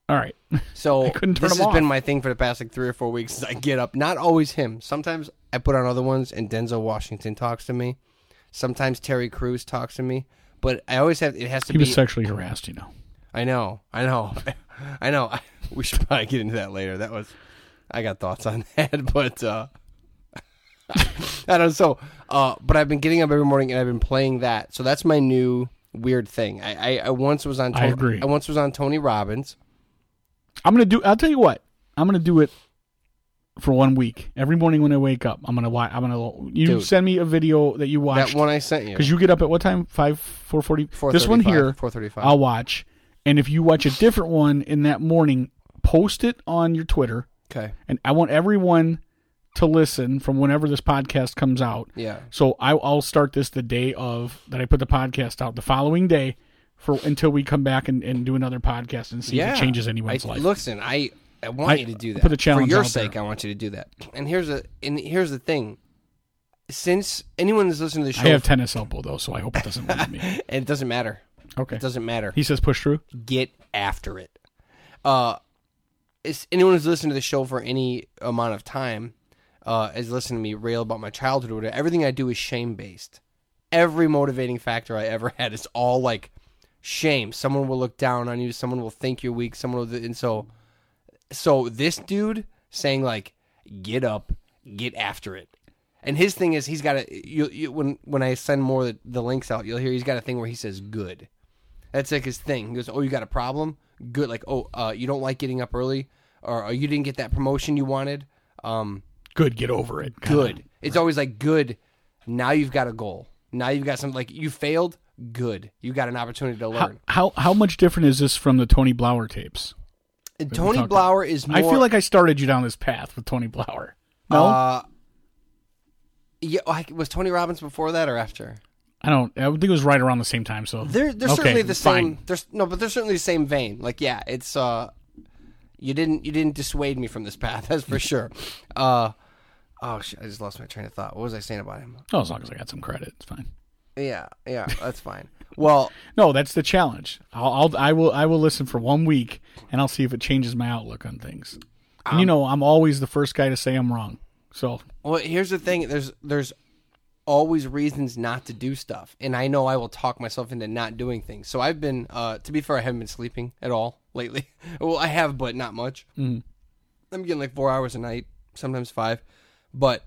[SPEAKER 7] All right.
[SPEAKER 4] So
[SPEAKER 7] I couldn't turn
[SPEAKER 4] this
[SPEAKER 7] him
[SPEAKER 4] has been
[SPEAKER 7] off.
[SPEAKER 4] my thing for the past like three or four weeks. is I get up, not always him. Sometimes I put on other ones, and Denzel Washington talks to me. Sometimes Terry Crews talks to me. But I always have it has to
[SPEAKER 7] He
[SPEAKER 4] be
[SPEAKER 7] was sexually harassed, you know.
[SPEAKER 4] I know, I know, I know. We should probably get into that later. That was, I got thoughts on that, but uh, I don't. So, uh, but I've been getting up every morning and I've been playing that. So that's my new weird thing. I, I, I once was on.
[SPEAKER 7] I agree.
[SPEAKER 4] I once was on Tony Robbins.
[SPEAKER 7] I'm gonna do. I'll tell you what. I'm gonna do it for one week. Every morning when I wake up, I'm gonna watch. I'm gonna. You
[SPEAKER 4] Dude.
[SPEAKER 7] send me a video that you watched
[SPEAKER 4] That one I sent you.
[SPEAKER 7] because you get up at what time? Five, four forty. This one here,
[SPEAKER 4] 435.
[SPEAKER 7] I'll watch. And if you watch a different one in that morning, post it on your Twitter.
[SPEAKER 4] okay.
[SPEAKER 7] And I want everyone to listen from whenever this podcast comes out.
[SPEAKER 4] Yeah.
[SPEAKER 7] So I, I'll start this the day of that I put the podcast out. The following day. For until we come back and, and do another podcast and see
[SPEAKER 4] yeah.
[SPEAKER 7] if it changes anyone's
[SPEAKER 4] I,
[SPEAKER 7] life.
[SPEAKER 4] Listen, I, I want
[SPEAKER 7] I-
[SPEAKER 4] you to do
[SPEAKER 7] I
[SPEAKER 4] that
[SPEAKER 7] put a
[SPEAKER 4] for
[SPEAKER 7] challenge
[SPEAKER 4] your
[SPEAKER 7] out there.
[SPEAKER 4] sake. I want you to do that. And here's a and here's the thing. Since anyone that's listening to the show
[SPEAKER 7] I have tennis elbow though, so I hope it doesn't leave me.
[SPEAKER 4] It doesn't matter.
[SPEAKER 7] Okay.
[SPEAKER 4] It doesn't matter.
[SPEAKER 7] He says push through.
[SPEAKER 4] Get after it. Uh, is anyone who's listened to the show for any amount of time uh, has listened to me rail about my childhood or whatever. Everything I do is shame based. Every motivating factor I ever had is all like shame. Someone will look down on you. Someone will think you're weak. Someone will, and so, so this dude saying like, get up, get after it. And his thing is he's got a you, you when when I send more of the, the links out, you'll hear he's got a thing where he says good. That's like his thing. He goes, "Oh, you got a problem? Good. Like, oh, uh, you don't like getting up early, or, or you didn't get that promotion you wanted. Um,
[SPEAKER 7] Good, get over it. kinda.
[SPEAKER 4] good. It's always like good. Now you've got a goal. Now you've got something like you failed. Good. You got an opportunity to
[SPEAKER 7] How,
[SPEAKER 4] learn.
[SPEAKER 7] how how much different is this from the Tony Blauer tapes?
[SPEAKER 4] and
[SPEAKER 7] We
[SPEAKER 4] Tony
[SPEAKER 7] talked-
[SPEAKER 4] Blauer is. More,
[SPEAKER 7] I feel like I started you down this path with Tony Blauer. No,
[SPEAKER 4] Uh, yeah, I- was Tony Robbins before that or after?
[SPEAKER 7] I don't. I think it was right around the same time. So
[SPEAKER 4] They're they're
[SPEAKER 7] Okay,
[SPEAKER 4] certainly the
[SPEAKER 7] fine.
[SPEAKER 4] same. There's no, but they're certainly the same vein. Like yeah, it's uh, you didn't you didn't dissuade me from this path. That's for sure. Uh, oh shit, I just lost my train of thought. What was I saying about him?
[SPEAKER 7] Oh, as long as I got some credit, it's fine.
[SPEAKER 4] Yeah, yeah, that's fine. Well,
[SPEAKER 7] No, that's the challenge. I'll, I'll I will I will listen for one week and I'll see if it changes my outlook on things. And
[SPEAKER 4] Um,
[SPEAKER 7] you know, I'm always the first guy to say I'm wrong. So
[SPEAKER 4] well, here's the thing. There's there's always reasons not to do stuff, and I know I will talk myself into not doing things. So I've been, uh, to be fair, I haven't been sleeping at all lately. well, I have, but not much. I'm getting like four hours a night, sometimes five. But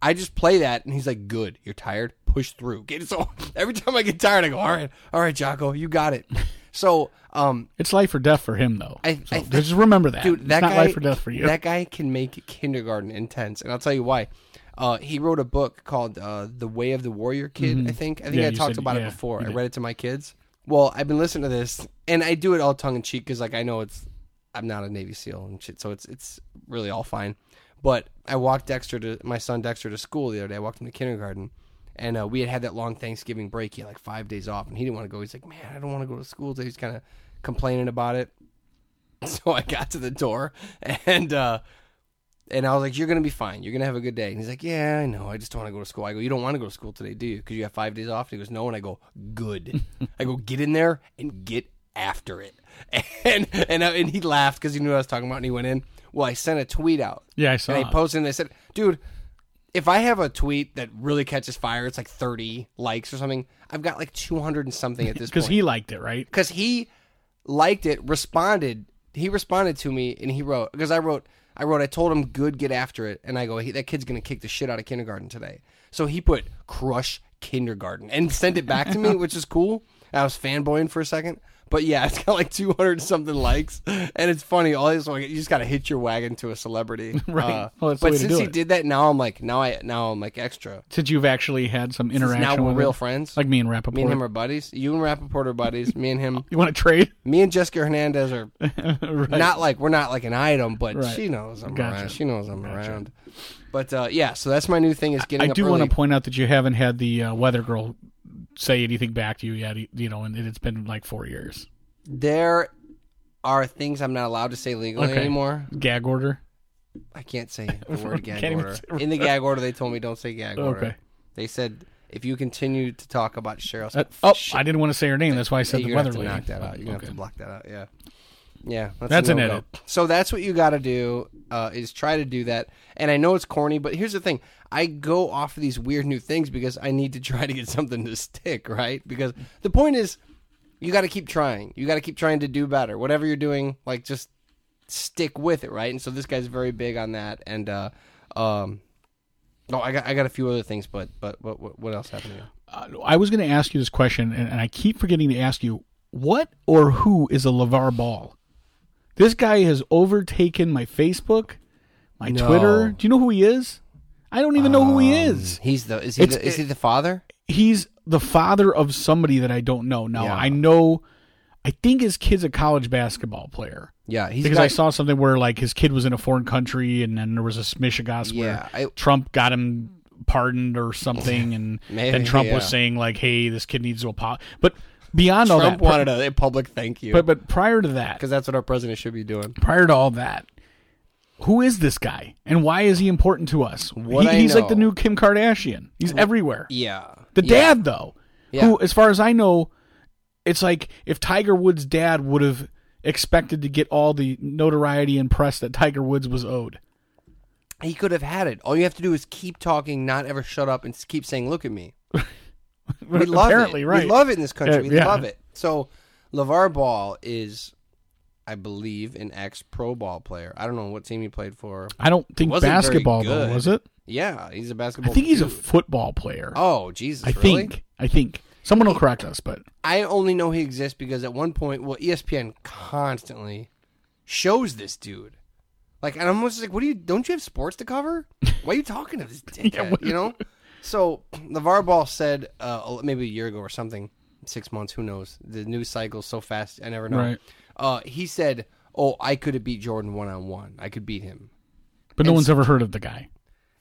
[SPEAKER 4] I just play that, and he's like, "Good, you're tired. Push through." Get so every time I get tired, I go, "All right, all right, Jocko, you got it." So, um,
[SPEAKER 7] it's life or death for him, though.
[SPEAKER 4] I-
[SPEAKER 7] so
[SPEAKER 4] I-
[SPEAKER 7] just remember that.
[SPEAKER 4] dude, that
[SPEAKER 7] it's not
[SPEAKER 4] guy,
[SPEAKER 7] life or death for you.
[SPEAKER 4] That guy can make kindergarten intense, and I'll tell you why. Uh, he wrote a book called uh, "The Way of the Warrior Kid." I think. I think
[SPEAKER 7] Mm-hmm. Yeah,
[SPEAKER 4] I
[SPEAKER 7] you
[SPEAKER 4] talked
[SPEAKER 7] said-
[SPEAKER 4] about
[SPEAKER 7] yeah,
[SPEAKER 4] it before.
[SPEAKER 7] you
[SPEAKER 4] I
[SPEAKER 7] did.
[SPEAKER 4] read it to my kids. Well, I've been listening to this, and I do it all tongue in cheek because, like, I know it's I'm not a Navy SEAL and shit, so it's it's really all fine. But I walked Dexter to my son Dexter to school the other day. I walked him to kindergarten, and uh, we had had that long Thanksgiving break. He had like five days off, and he didn't want to go. He's like, "Man, I don't want to go to school." today." He's kind of complaining about it. So I got to the door and uh and I was like, "You're gonna be fine. You're gonna have a good day." And he's like, "Yeah, I know. I just don't want to go to school." I go, "You don't want to go to school today, do you? Because you have five days off." And he goes, "No." And I go, "Good." I go, "Get in there and get after it." And and I, and he laughed because he knew what I was talking about, and he went in. Well, I sent a tweet out.
[SPEAKER 7] Yeah, I saw
[SPEAKER 4] And I
[SPEAKER 7] it.
[SPEAKER 4] posted, and I said, "Dude, if I have a tweet that really catches fire, it's like 30 likes or something. I've got like 200 and something at this point."
[SPEAKER 7] because he liked it, right?
[SPEAKER 4] because he liked it, responded. He responded to me, and he wrote because I wrote, I wrote, I told him good, get after it, and I go, he, that kid's gonna kick the shit out of kindergarten today. So he put crush kindergarten and sent it back to me, which is cool. I was fanboying for a second, but yeah, it's got like two hundred something likes, and it's funny. All this, like, you just gotta hit your wagon to a celebrity,
[SPEAKER 7] Right.
[SPEAKER 4] Uh,
[SPEAKER 7] Well, that's
[SPEAKER 4] but
[SPEAKER 7] the way to
[SPEAKER 4] since
[SPEAKER 7] do
[SPEAKER 4] he
[SPEAKER 7] it.
[SPEAKER 4] did that, now I'm like, now I, now I'm like extra.
[SPEAKER 7] Since you've actually had some interaction
[SPEAKER 4] Now we're
[SPEAKER 7] with
[SPEAKER 4] real
[SPEAKER 7] it.
[SPEAKER 4] friends.
[SPEAKER 7] like me and Rappaport.
[SPEAKER 4] me and him are buddies. You and Rappaport are buddies. me and him.
[SPEAKER 7] you want to trade?
[SPEAKER 4] Me and Jessica Hernandez are
[SPEAKER 7] right.
[SPEAKER 4] not like we're not like an item, but
[SPEAKER 7] Right.
[SPEAKER 4] she knows I'm
[SPEAKER 7] Gotcha.
[SPEAKER 4] around. She knows I'm around. But uh, yeah, so that's my new thing is getting.
[SPEAKER 7] I
[SPEAKER 4] up
[SPEAKER 7] do
[SPEAKER 4] early.
[SPEAKER 7] want to point out that you haven't had the uh, weather girl say anything back to you yet. e, You know, and it's been like four years.
[SPEAKER 4] There are things I'm not allowed to say legally
[SPEAKER 7] Okay.
[SPEAKER 4] anymore.
[SPEAKER 7] Gag order.
[SPEAKER 4] I can't say the word gag
[SPEAKER 7] Can't even
[SPEAKER 4] order.
[SPEAKER 7] say-
[SPEAKER 4] In the gag order, they told me don't say gag order.
[SPEAKER 7] Okay.
[SPEAKER 4] They said if you continue to talk about Cheryl,
[SPEAKER 7] Uh, oh, I didn't want to say her name. That's why I said
[SPEAKER 4] you're
[SPEAKER 7] the
[SPEAKER 4] gonna
[SPEAKER 7] weather
[SPEAKER 4] have to
[SPEAKER 7] lady.
[SPEAKER 4] knock that out. You're gonna
[SPEAKER 7] Okay.
[SPEAKER 4] have to block that out. Yeah, yeah.
[SPEAKER 7] That's
[SPEAKER 4] a
[SPEAKER 7] an
[SPEAKER 4] no-go.
[SPEAKER 7] edit.
[SPEAKER 4] So that's what you got to do uh, is try to do that. And I know it's corny, but here's the thing: I go off of these weird new things because I need to try to get something to stick, right? Because the point is, you got to keep trying. You got to keep trying to do better. Whatever you're doing, like just stick with it, right? And so this guy's very big on that. And uh, um, no, I got I got a few other things, but but what what, what else happened? Here?
[SPEAKER 7] Uh, I was going to ask you this question, and, and I keep forgetting to ask you what or who is a LeVar Ball? This guy has overtaken my Facebook, my
[SPEAKER 4] No. Um,
[SPEAKER 7] Twitter. Do you know who he is? I don't even know who he is.
[SPEAKER 4] He's the is he
[SPEAKER 7] It's-
[SPEAKER 4] the, is he the father?
[SPEAKER 7] He's the father of somebody that I don't know. Now,
[SPEAKER 4] Yeah.
[SPEAKER 7] I know, I think his kid's a college basketball player.
[SPEAKER 4] Yeah, he's
[SPEAKER 7] because
[SPEAKER 4] got-
[SPEAKER 7] I saw something where like his kid was in a foreign country, and then there was a smishigas
[SPEAKER 4] Yeah,
[SPEAKER 7] where
[SPEAKER 4] I-
[SPEAKER 7] Trump got him pardoned or something, and
[SPEAKER 4] Maybe,
[SPEAKER 7] then Trump
[SPEAKER 4] yeah.
[SPEAKER 7] was saying like, "Hey, this kid needs to apologize." But beyond all
[SPEAKER 4] Trump
[SPEAKER 7] that,
[SPEAKER 4] wanted a, a public thank you
[SPEAKER 7] but
[SPEAKER 4] because
[SPEAKER 7] but prior to that,
[SPEAKER 4] that's what our president should be doing.
[SPEAKER 7] prior to all that, who is this guy, and why is he important to us?
[SPEAKER 4] What
[SPEAKER 7] He-
[SPEAKER 4] I
[SPEAKER 7] he's like the
[SPEAKER 4] know-
[SPEAKER 7] new Kim Kardashian. He's everywhere.
[SPEAKER 4] Yeah,
[SPEAKER 7] The
[SPEAKER 4] Yeah.
[SPEAKER 7] dad, though, who, as far as I know, it's like if Tiger Woods' dad would have expected to get all the notoriety and press that Tiger Woods was owed.
[SPEAKER 4] he could have had it. All you have to do is keep talking, not ever shut up, and s- keep saying, "Look at me." We love
[SPEAKER 7] Apparently,
[SPEAKER 4] it.
[SPEAKER 7] right?
[SPEAKER 4] We love it in this country.
[SPEAKER 7] Yeah,
[SPEAKER 4] we
[SPEAKER 7] yeah.
[SPEAKER 4] love it. So, LeVar Ball is, I believe, an ex pro ball player. I don't know what team he played for.
[SPEAKER 7] I don't think
[SPEAKER 4] Wasn't very
[SPEAKER 7] basketball though,
[SPEAKER 4] good.
[SPEAKER 7] was it?
[SPEAKER 4] Yeah, he's a
[SPEAKER 7] I
[SPEAKER 4] basketball.
[SPEAKER 7] think he's a
[SPEAKER 4] dude.
[SPEAKER 7] football player.
[SPEAKER 4] oh Jesus!
[SPEAKER 7] I
[SPEAKER 4] really?
[SPEAKER 7] think. I think someone will correct us, but
[SPEAKER 4] I only know he exists because at one point, well, E ESPN constantly shows this dude. Like, and I'm almost like, what do you? Don't you have sports to cover? Why are you talking to this dickhead?
[SPEAKER 7] what-
[SPEAKER 4] you know. So LeVar Ball said uh, maybe a year ago or something, six months, who knows? The news cycle's so fast, I never know.
[SPEAKER 7] Right.
[SPEAKER 4] Uh, he said, "Oh, I could have beat Jordan one on one. I could beat him."
[SPEAKER 7] but no one's ever heard of the guy.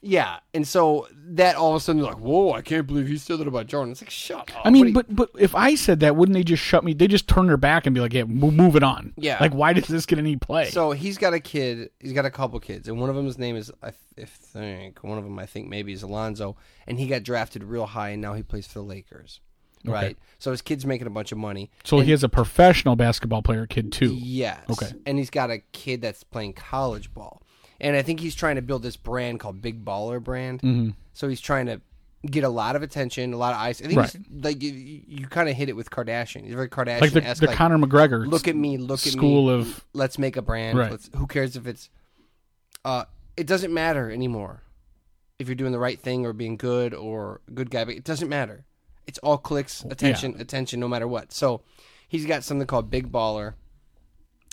[SPEAKER 4] Yeah, and so that all of a sudden they're like, "Whoa, I can't believe he said that about Jordan." It's like, shut up.
[SPEAKER 7] I
[SPEAKER 4] Oh, What do
[SPEAKER 7] mean,
[SPEAKER 4] you-
[SPEAKER 7] but but if I said that, wouldn't they just shut me? They just turn their back and be like, "Yeah, move, move it on."
[SPEAKER 4] Yeah.
[SPEAKER 7] Like, why does this get any play?
[SPEAKER 4] so he's got a kid. He's got a couple kids, and one of them's name is I th- if think one of them I think maybe is Alonzo, and he got drafted real high, and now he plays for the Lakers. Right. So his kid's making a bunch of money.
[SPEAKER 7] so he has a professional basketball player kid too.
[SPEAKER 4] Yes.
[SPEAKER 7] Okay.
[SPEAKER 4] And he's got a kid that's playing college ball. And I think he's trying to build this brand called Big Baller Brand. Mm-hmm. So he's trying to get a lot of attention, a lot of eyes. I think he's- like you, you kind of hit it with Kardashian. He's very Kardashian.
[SPEAKER 7] Like the, the Conor McGregor.
[SPEAKER 4] Look at me. Look at
[SPEAKER 7] school
[SPEAKER 4] me.
[SPEAKER 7] of
[SPEAKER 4] Let's make a brand.
[SPEAKER 7] Right.
[SPEAKER 4] Let's, who cares if it's? Uh, it doesn't matter anymore if you're doing the right thing or being good or good guy. But it doesn't matter. It's all clicks, attention, attention, no matter what. So he's got something called Big Baller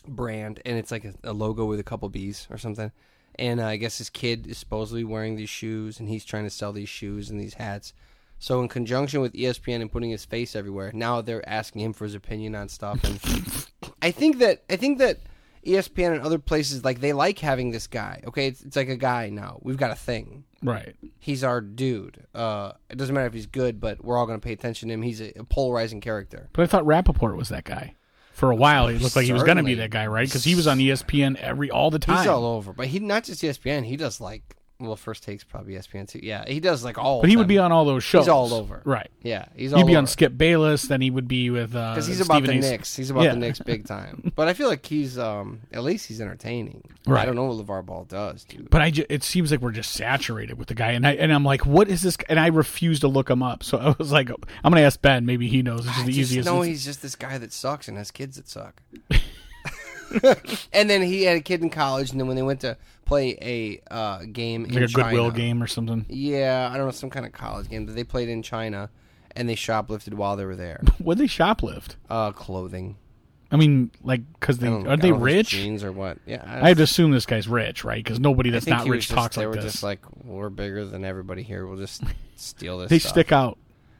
[SPEAKER 4] brand, and it's like a, a logo with a couple bees or something. And uh, I guess his kid is supposedly wearing these shoes, and he's trying to sell these shoes and these hats. So in conjunction with E ESPN and putting his face everywhere, now they're asking him for his opinion on stuff. And I think that I think that E ESPN and other places like they like having this guy. Okay, it's, it's like a guy now. We've got a thing
[SPEAKER 7] right.
[SPEAKER 4] he's our dude. Uh, it doesn't matter if he's good, but we're all going to pay attention to him. He's a, a polarizing character.
[SPEAKER 7] But I thought Rappaport was that guy. For a while, he looked like he was going to be
[SPEAKER 4] Certainly.
[SPEAKER 7] that guy, right? Because he was on E ESPN every all the time.
[SPEAKER 4] He's all over, but he not just E ESPN. He does like well, first takes probably E ESPN too. Yeah, he does like all.
[SPEAKER 7] but he would be on all those shows.
[SPEAKER 4] He's all over.
[SPEAKER 7] right?
[SPEAKER 4] Yeah, he's all
[SPEAKER 7] He'd be on
[SPEAKER 4] over.
[SPEAKER 7] Skip Bayless. Then he would be with
[SPEAKER 4] because
[SPEAKER 7] because
[SPEAKER 4] he's about
[SPEAKER 7] Stephen
[SPEAKER 4] the
[SPEAKER 7] A.
[SPEAKER 4] Knicks. He's about
[SPEAKER 7] Yeah.
[SPEAKER 4] the Knicks big time. But I feel like he's um at least he's entertaining.
[SPEAKER 7] Right.
[SPEAKER 4] I don't know what LeVar Ball does, dude.
[SPEAKER 7] but I ju- it seems like we're just saturated with the guy, and I and I'm like, what is this? g- And I refuse to look him up. So I was like, I'm gonna ask Ben. Maybe he knows. This is
[SPEAKER 4] I
[SPEAKER 7] the
[SPEAKER 4] just
[SPEAKER 7] easiest.
[SPEAKER 4] know
[SPEAKER 7] it's-
[SPEAKER 4] he's just this guy that sucks and has kids that suck. and then he had a kid in college, and then when they went to play a uh, game in
[SPEAKER 7] like a goodwill
[SPEAKER 4] China-
[SPEAKER 7] game or something.
[SPEAKER 4] Yeah, I don't know, some kind of college game, but they played in China and they shoplifted while they were there.
[SPEAKER 7] Would they shoplift?
[SPEAKER 4] Uh, clothing.
[SPEAKER 7] I mean, like, because they
[SPEAKER 4] I don't-
[SPEAKER 7] are
[SPEAKER 4] I
[SPEAKER 7] they
[SPEAKER 4] don't know if it's
[SPEAKER 7] rich?
[SPEAKER 4] Jeans or what? Yeah.
[SPEAKER 7] I would assume this guy's rich, right? Because nobody that's
[SPEAKER 4] think
[SPEAKER 7] not
[SPEAKER 4] he was
[SPEAKER 7] rich
[SPEAKER 4] just-
[SPEAKER 7] talks
[SPEAKER 4] they
[SPEAKER 7] like
[SPEAKER 4] were
[SPEAKER 7] this.
[SPEAKER 4] just like, we're bigger than everybody here. We'll just steal this.
[SPEAKER 7] they
[SPEAKER 4] stuff."
[SPEAKER 7] stick out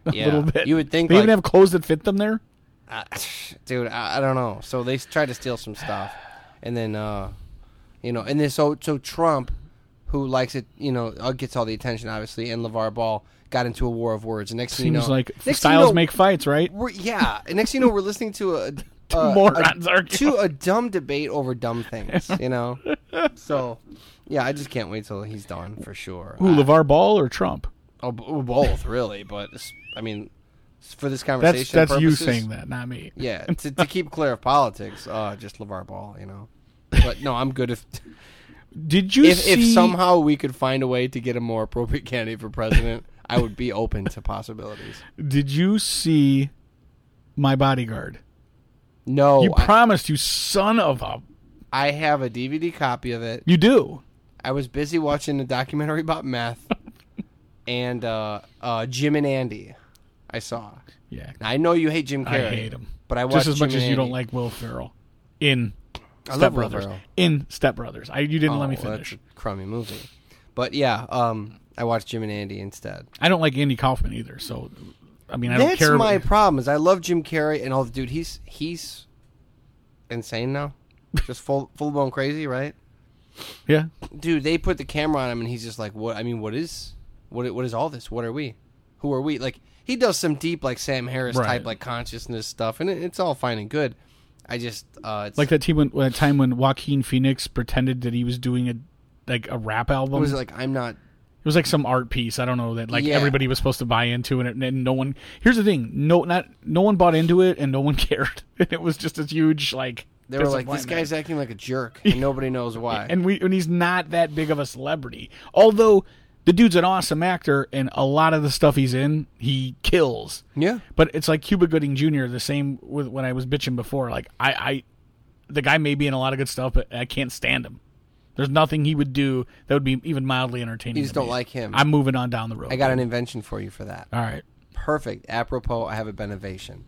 [SPEAKER 7] a
[SPEAKER 4] Yeah.
[SPEAKER 7] little bit.
[SPEAKER 4] You would think,
[SPEAKER 7] they even
[SPEAKER 4] like-
[SPEAKER 7] have clothes that fit them there.
[SPEAKER 4] I- dude, I, I don't know. So they tried to steal some stuff, and then, uh, you know, and then so so Trump, who likes it, you know, uh, gets all the attention, obviously, and LeVar Ball got into a war of words. And next thing
[SPEAKER 7] Seems
[SPEAKER 4] you know,
[SPEAKER 7] like
[SPEAKER 4] next thing you
[SPEAKER 7] styles
[SPEAKER 4] know,
[SPEAKER 7] make fights, right?
[SPEAKER 4] We're, yeah. And next thing you know, we're listening to a, a
[SPEAKER 7] morons
[SPEAKER 4] a,
[SPEAKER 7] argue.
[SPEAKER 4] to a dumb debate over dumb things. You know, so yeah, I just can't wait till he's done for sure.
[SPEAKER 7] Who,
[SPEAKER 4] I-
[SPEAKER 7] LeVar Ball or Trump?
[SPEAKER 4] oh, b- oh, both really, but it's- I mean, s- for this conversation,
[SPEAKER 7] That's that's you
[SPEAKER 4] purposes-
[SPEAKER 7] saying that, not me.
[SPEAKER 4] Yeah, to, to keep clear of politics, uh, just LeVar Ball, you know. But no, I'm good if
[SPEAKER 7] Did you
[SPEAKER 4] if,
[SPEAKER 7] see
[SPEAKER 4] if somehow we could find a way to get a more appropriate candidate for president, I would be open to possibilities.
[SPEAKER 7] Did you see my bodyguard?
[SPEAKER 4] No,
[SPEAKER 7] you
[SPEAKER 4] Oh, I-
[SPEAKER 7] promised, you son of a.
[SPEAKER 4] I have a DVD copy of it.
[SPEAKER 7] You do.
[SPEAKER 4] I was busy watching a documentary about meth and uh, uh, Jim and Andy. I saw.
[SPEAKER 7] Yeah,
[SPEAKER 4] Now, I know you hate Jim
[SPEAKER 7] I
[SPEAKER 4] Carrey.
[SPEAKER 7] hate him.
[SPEAKER 4] but I watched
[SPEAKER 7] just as much
[SPEAKER 4] Jim
[SPEAKER 7] as
[SPEAKER 4] and
[SPEAKER 7] you don't
[SPEAKER 4] Andy.
[SPEAKER 7] like Will Ferrell in
[SPEAKER 4] I
[SPEAKER 7] Step
[SPEAKER 4] love Will
[SPEAKER 7] Brothers.
[SPEAKER 4] Ferrell.
[SPEAKER 7] In Step Brothers, I you didn't
[SPEAKER 4] Oh,
[SPEAKER 7] let me
[SPEAKER 4] well,
[SPEAKER 7] finish.
[SPEAKER 4] That's a crummy movie. But yeah, um, I watched Jim and Andy instead.
[SPEAKER 7] I don't like Andy Kaufman either. So, I mean, I don't
[SPEAKER 4] That's
[SPEAKER 7] care.
[SPEAKER 4] my
[SPEAKER 7] about-
[SPEAKER 4] problem. Is I love Jim Carrey and all the dude. He's he's insane now, just full full blown crazy, right?
[SPEAKER 7] yeah,
[SPEAKER 4] Dude, they put the camera on him and he's just like, "What? I mean, what is what? i- What is all this? What are we? Who are we?" Like he does some deep like Sam Harris
[SPEAKER 7] Right.
[SPEAKER 4] type like consciousness stuff, and it, it's all fine and good. I just uh, it's,
[SPEAKER 7] like that time when that time when Joaquin Phoenix pretended that he was doing a like a rap album.
[SPEAKER 4] what was it like? I'm not
[SPEAKER 7] It was like some art piece. I don't know that like
[SPEAKER 4] Yeah.
[SPEAKER 7] everybody was supposed to buy into, and, it, and no one. Here's the thing: no, not no one bought into it, and no one cared. And it was just a huge like.
[SPEAKER 4] They were like, this
[SPEAKER 7] disappointment.
[SPEAKER 4] guy's acting like a jerk, and nobody knows why.
[SPEAKER 7] and we and he's not that big of a celebrity. Although the dude's an awesome actor, and a lot of the stuff he's in, he kills.
[SPEAKER 4] yeah,
[SPEAKER 7] But it's like Cuba Gooding Jr. The same with when I was bitching before. Like I, I, the guy may be in a lot of good stuff, but I can't stand him. There's nothing he would do that would be even mildly entertaining.
[SPEAKER 4] You just
[SPEAKER 7] to
[SPEAKER 4] don't
[SPEAKER 7] me.
[SPEAKER 4] like him.
[SPEAKER 7] I'm moving on down the road.
[SPEAKER 4] I got an invention for you for that.
[SPEAKER 7] All right.
[SPEAKER 4] Perfect. Apropos, I have a benovation.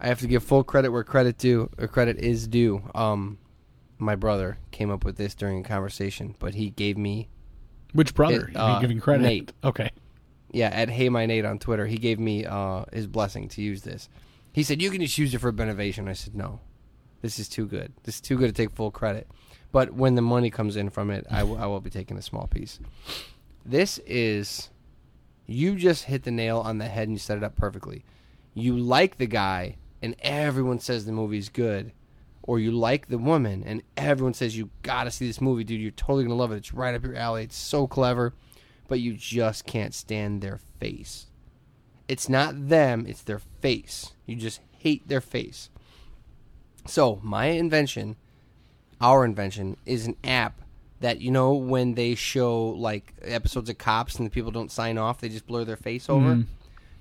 [SPEAKER 4] I have to give full credit where credit due or credit is due. Um, my brother came up with this during a conversation, but he gave me
[SPEAKER 7] Which brother?
[SPEAKER 4] It,
[SPEAKER 7] If
[SPEAKER 4] uh,
[SPEAKER 7] You're giving credit.
[SPEAKER 4] Nate.
[SPEAKER 7] Okay.
[SPEAKER 4] yeah, at Hey My Nate on Twitter, he gave me uh, his blessing to use this. He said, You can just use it for renovation. I said, No, this is too good. This is too good to take full credit. But when the money comes in from it, I will- I will be taking a small piece. This is, you just hit the nail on the head and you set it up perfectly. You like the guy, and everyone says the movie's good. Or you like the woman, and everyone says you gotta see this movie, dude. You're totally gonna love it. It's right up your alley. It's so clever, but you just can't stand their face it's not them, it's their face. You just hate their face. So, my invention, our invention, is an app that, you know, when they show like episodes of cops and the people don't sign off, they just blur their face over.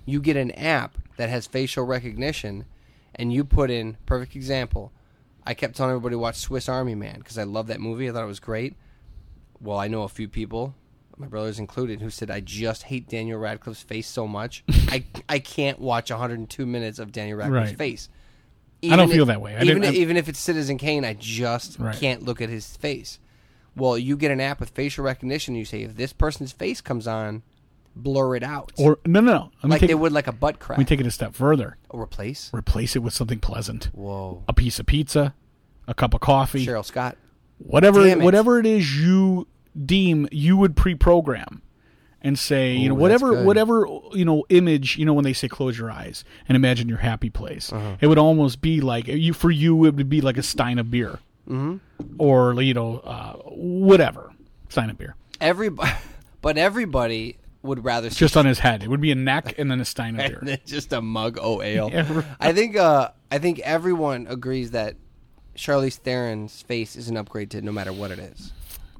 [SPEAKER 4] You get an app that has facial recognition and you put in, perfect example. I kept telling everybody to watch Swiss Army Man because I love that movie. I thought it was great well, I know a few people, my brothers included, who said I just hate Daniel Radcliffe's face so much. I I can't watch 102 minutes of Daniel Radcliffe's
[SPEAKER 7] Right.
[SPEAKER 4] face.
[SPEAKER 7] I don't
[SPEAKER 4] Even
[SPEAKER 7] feel
[SPEAKER 4] if-
[SPEAKER 7] that way. I
[SPEAKER 4] even
[SPEAKER 7] didn't-
[SPEAKER 4] if,
[SPEAKER 7] I-
[SPEAKER 4] even if it's Citizen Kane, I just
[SPEAKER 7] Right.
[SPEAKER 4] can't look at his face. Well, you get an app with facial recognition. You say if this person's face comes on, blur it out,
[SPEAKER 7] Or no, no, no. Let me
[SPEAKER 4] like
[SPEAKER 7] take,
[SPEAKER 4] they would like a butt crack.
[SPEAKER 7] Let me take it a step further.
[SPEAKER 4] Or replace.
[SPEAKER 7] Replace it with something pleasant.
[SPEAKER 4] Whoa,
[SPEAKER 7] A piece of pizza, a cup of coffee,
[SPEAKER 4] Cheryl Scott.
[SPEAKER 7] whatever,
[SPEAKER 4] Damn it.
[SPEAKER 7] whatever it is you deem you would pre-program, and say, you know,
[SPEAKER 4] Ooh, that's
[SPEAKER 7] whatever,
[SPEAKER 4] good.
[SPEAKER 7] whatever, you know, image, you know, when they say close your eyes and imagine your happy place,
[SPEAKER 4] Uh-huh.
[SPEAKER 7] it would almost be like you for you it would be like a stein of beer, mm-hmm. or you know, uh, whatever stein of beer,
[SPEAKER 4] Everybody, but everybody would rather see
[SPEAKER 7] just on his head. It would be a neck and then a stein of beer.
[SPEAKER 4] just a mug o ale.
[SPEAKER 7] Yeah, right.
[SPEAKER 4] I think uh, I think everyone agrees that Charlize Theron's face is an upgrade to no matter what it is.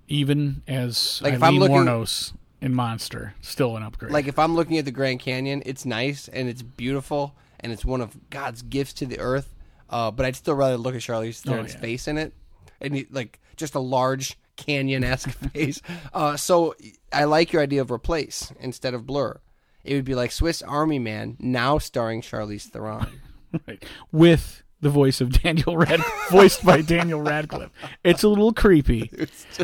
[SPEAKER 7] even as
[SPEAKER 4] Like, if
[SPEAKER 7] Eileen
[SPEAKER 4] I'm looking-
[SPEAKER 7] Warnos in Monster, still an upgrade.
[SPEAKER 4] Like if I'm looking at the Grand Canyon, it's nice and it's beautiful and it's one of God's gifts to the earth. Uh, but I'd still rather look at Charlize Theron's
[SPEAKER 7] Oh, yeah.
[SPEAKER 4] face in it, and you- like just a large canyon esque face. Uh, so I like your idea of replace instead of blur. It would be like Swiss Army Man now starring Charlize Theron.
[SPEAKER 7] Right. with the voice of Daniel Rad, voiced by Daniel Radcliffe. It's a little creepy,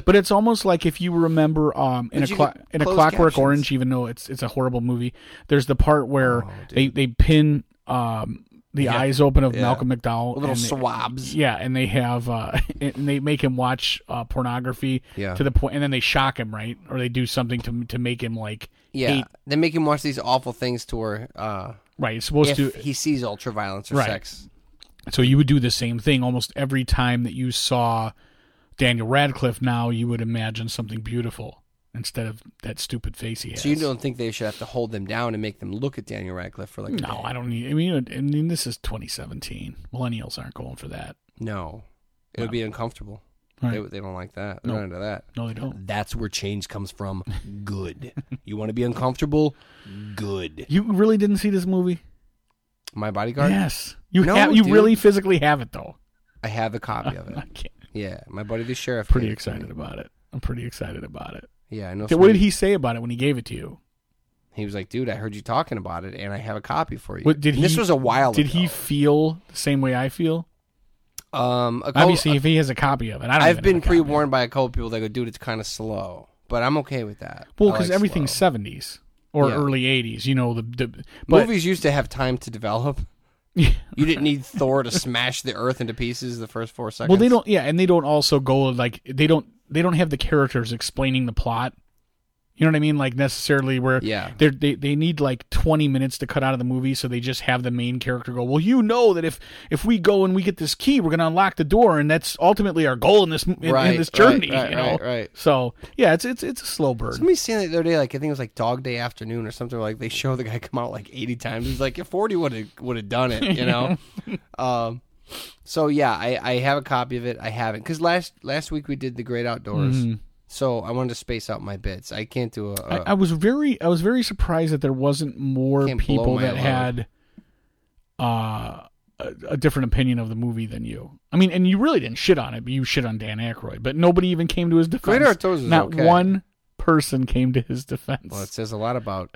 [SPEAKER 7] but it's almost like if you remember um, in a
[SPEAKER 4] But you
[SPEAKER 7] clo-
[SPEAKER 4] could
[SPEAKER 7] in a
[SPEAKER 4] close
[SPEAKER 7] Clockwork
[SPEAKER 4] captions.
[SPEAKER 7] Orange, even though it's it's a horrible movie. There's the part where
[SPEAKER 4] Oh,
[SPEAKER 7] they they pin um, the eyes open of Malcolm McDowell,
[SPEAKER 4] Little
[SPEAKER 7] and they-
[SPEAKER 4] swabs.
[SPEAKER 7] yeah, and they have uh, and they make him watch uh, pornography
[SPEAKER 4] Yeah.
[SPEAKER 7] to the point, and then they shock him, right? Or they do something to to make him like
[SPEAKER 4] Yeah,
[SPEAKER 7] hate.
[SPEAKER 4] they make him watch these awful things to her. Uh,
[SPEAKER 7] Right, it's
[SPEAKER 4] if
[SPEAKER 7] supposed to
[SPEAKER 4] he sees ultraviolence or
[SPEAKER 7] Right.
[SPEAKER 4] sex,
[SPEAKER 7] So you would do the same thing almost every time that you saw Daniel Radcliffe. Now you would imagine something beautiful instead of that stupid face he has.
[SPEAKER 4] so you don't think they should have to hold them down and make them look at Daniel Radcliffe for like a
[SPEAKER 7] No,
[SPEAKER 4] day?
[SPEAKER 7] I don't need. I mean, I mean, this is 2017. Millennials aren't going for that.
[SPEAKER 4] no, it would be uncomfortable.
[SPEAKER 7] Right.
[SPEAKER 4] They They, they don't like that. They're
[SPEAKER 7] No.
[SPEAKER 4] not into that.
[SPEAKER 7] No, they don't.
[SPEAKER 4] That's where change comes from. Good. you want to be uncomfortable?
[SPEAKER 1] Good.
[SPEAKER 7] You really didn't see this movie?
[SPEAKER 4] My bodyguard.
[SPEAKER 7] Yes, you
[SPEAKER 4] No,
[SPEAKER 7] have. You
[SPEAKER 4] dude. Uh,
[SPEAKER 7] really physically have it though.
[SPEAKER 4] I have a copy of it.
[SPEAKER 7] I can't.
[SPEAKER 4] Yeah, my buddy the sheriff.
[SPEAKER 7] Pretty
[SPEAKER 4] gave it to me.
[SPEAKER 7] excited about it. I'm pretty excited about it.
[SPEAKER 4] Yeah, I know.
[SPEAKER 7] what did
[SPEAKER 4] somebody-
[SPEAKER 7] he say about it when he gave it to you?
[SPEAKER 4] He was like, "Dude, I heard you talking about it, and I have a copy for you."
[SPEAKER 7] What, did
[SPEAKER 4] And
[SPEAKER 7] he,
[SPEAKER 4] this was a while
[SPEAKER 7] Did
[SPEAKER 4] ago.
[SPEAKER 7] he feel the same way I feel?
[SPEAKER 4] um, a couple,
[SPEAKER 7] Obviously, if he has a copy of it, I don't.
[SPEAKER 4] I've
[SPEAKER 7] even have
[SPEAKER 4] been
[SPEAKER 7] a copy.
[SPEAKER 4] pre-warned by a couple people that go, dude, it's kind of slow, but I'm okay with that.
[SPEAKER 7] Well,
[SPEAKER 4] I
[SPEAKER 7] because
[SPEAKER 4] like
[SPEAKER 7] everything's
[SPEAKER 4] slow.
[SPEAKER 7] seventies or
[SPEAKER 4] Yeah.
[SPEAKER 7] early eighties. You know the, the but
[SPEAKER 4] movies used to have time to develop. You didn't need Thor to smash the Earth into pieces the first four seconds.
[SPEAKER 7] well they don't. Yeah, and they don't also go like they don't they don't have the characters explaining the plot. You know what I mean? Like necessarily where
[SPEAKER 4] Yeah.
[SPEAKER 7] they're, they they need like twenty minutes to cut out of the movie, so they just have the main character go. Well, you know that if if we go and we get this key, we're gonna unlock the door, and that's ultimately our goal in this in, in
[SPEAKER 4] Right,
[SPEAKER 7] this
[SPEAKER 4] right,
[SPEAKER 7] journey.
[SPEAKER 4] right,
[SPEAKER 7] you know?
[SPEAKER 4] right, right.
[SPEAKER 7] So yeah, it's it's it's a slow burn.
[SPEAKER 4] Somebody saying that the other day, like I think it was like Dog Day Afternoon or something. Like they show the guy come out like 80 times. He's like, if 40 would have would have done it, you know. um, so yeah, I, I have a copy of it. I haven't because last last week we did the Great Outdoors. So I wanted to space out my bits. I can't do a. a
[SPEAKER 7] Mm-hmm. I, I was very I was very surprised that there wasn't more
[SPEAKER 4] Can't blow
[SPEAKER 7] people
[SPEAKER 4] my
[SPEAKER 7] that
[SPEAKER 4] load.
[SPEAKER 7] had uh, a, a different opinion of the movie than you. I mean, and you really didn't shit on it, but you shit on Dan Aykroyd. But nobody even came to his defense.
[SPEAKER 4] Great Outdoors is
[SPEAKER 7] Not
[SPEAKER 4] okay.
[SPEAKER 7] one person came to his defense.
[SPEAKER 4] well, it says a lot about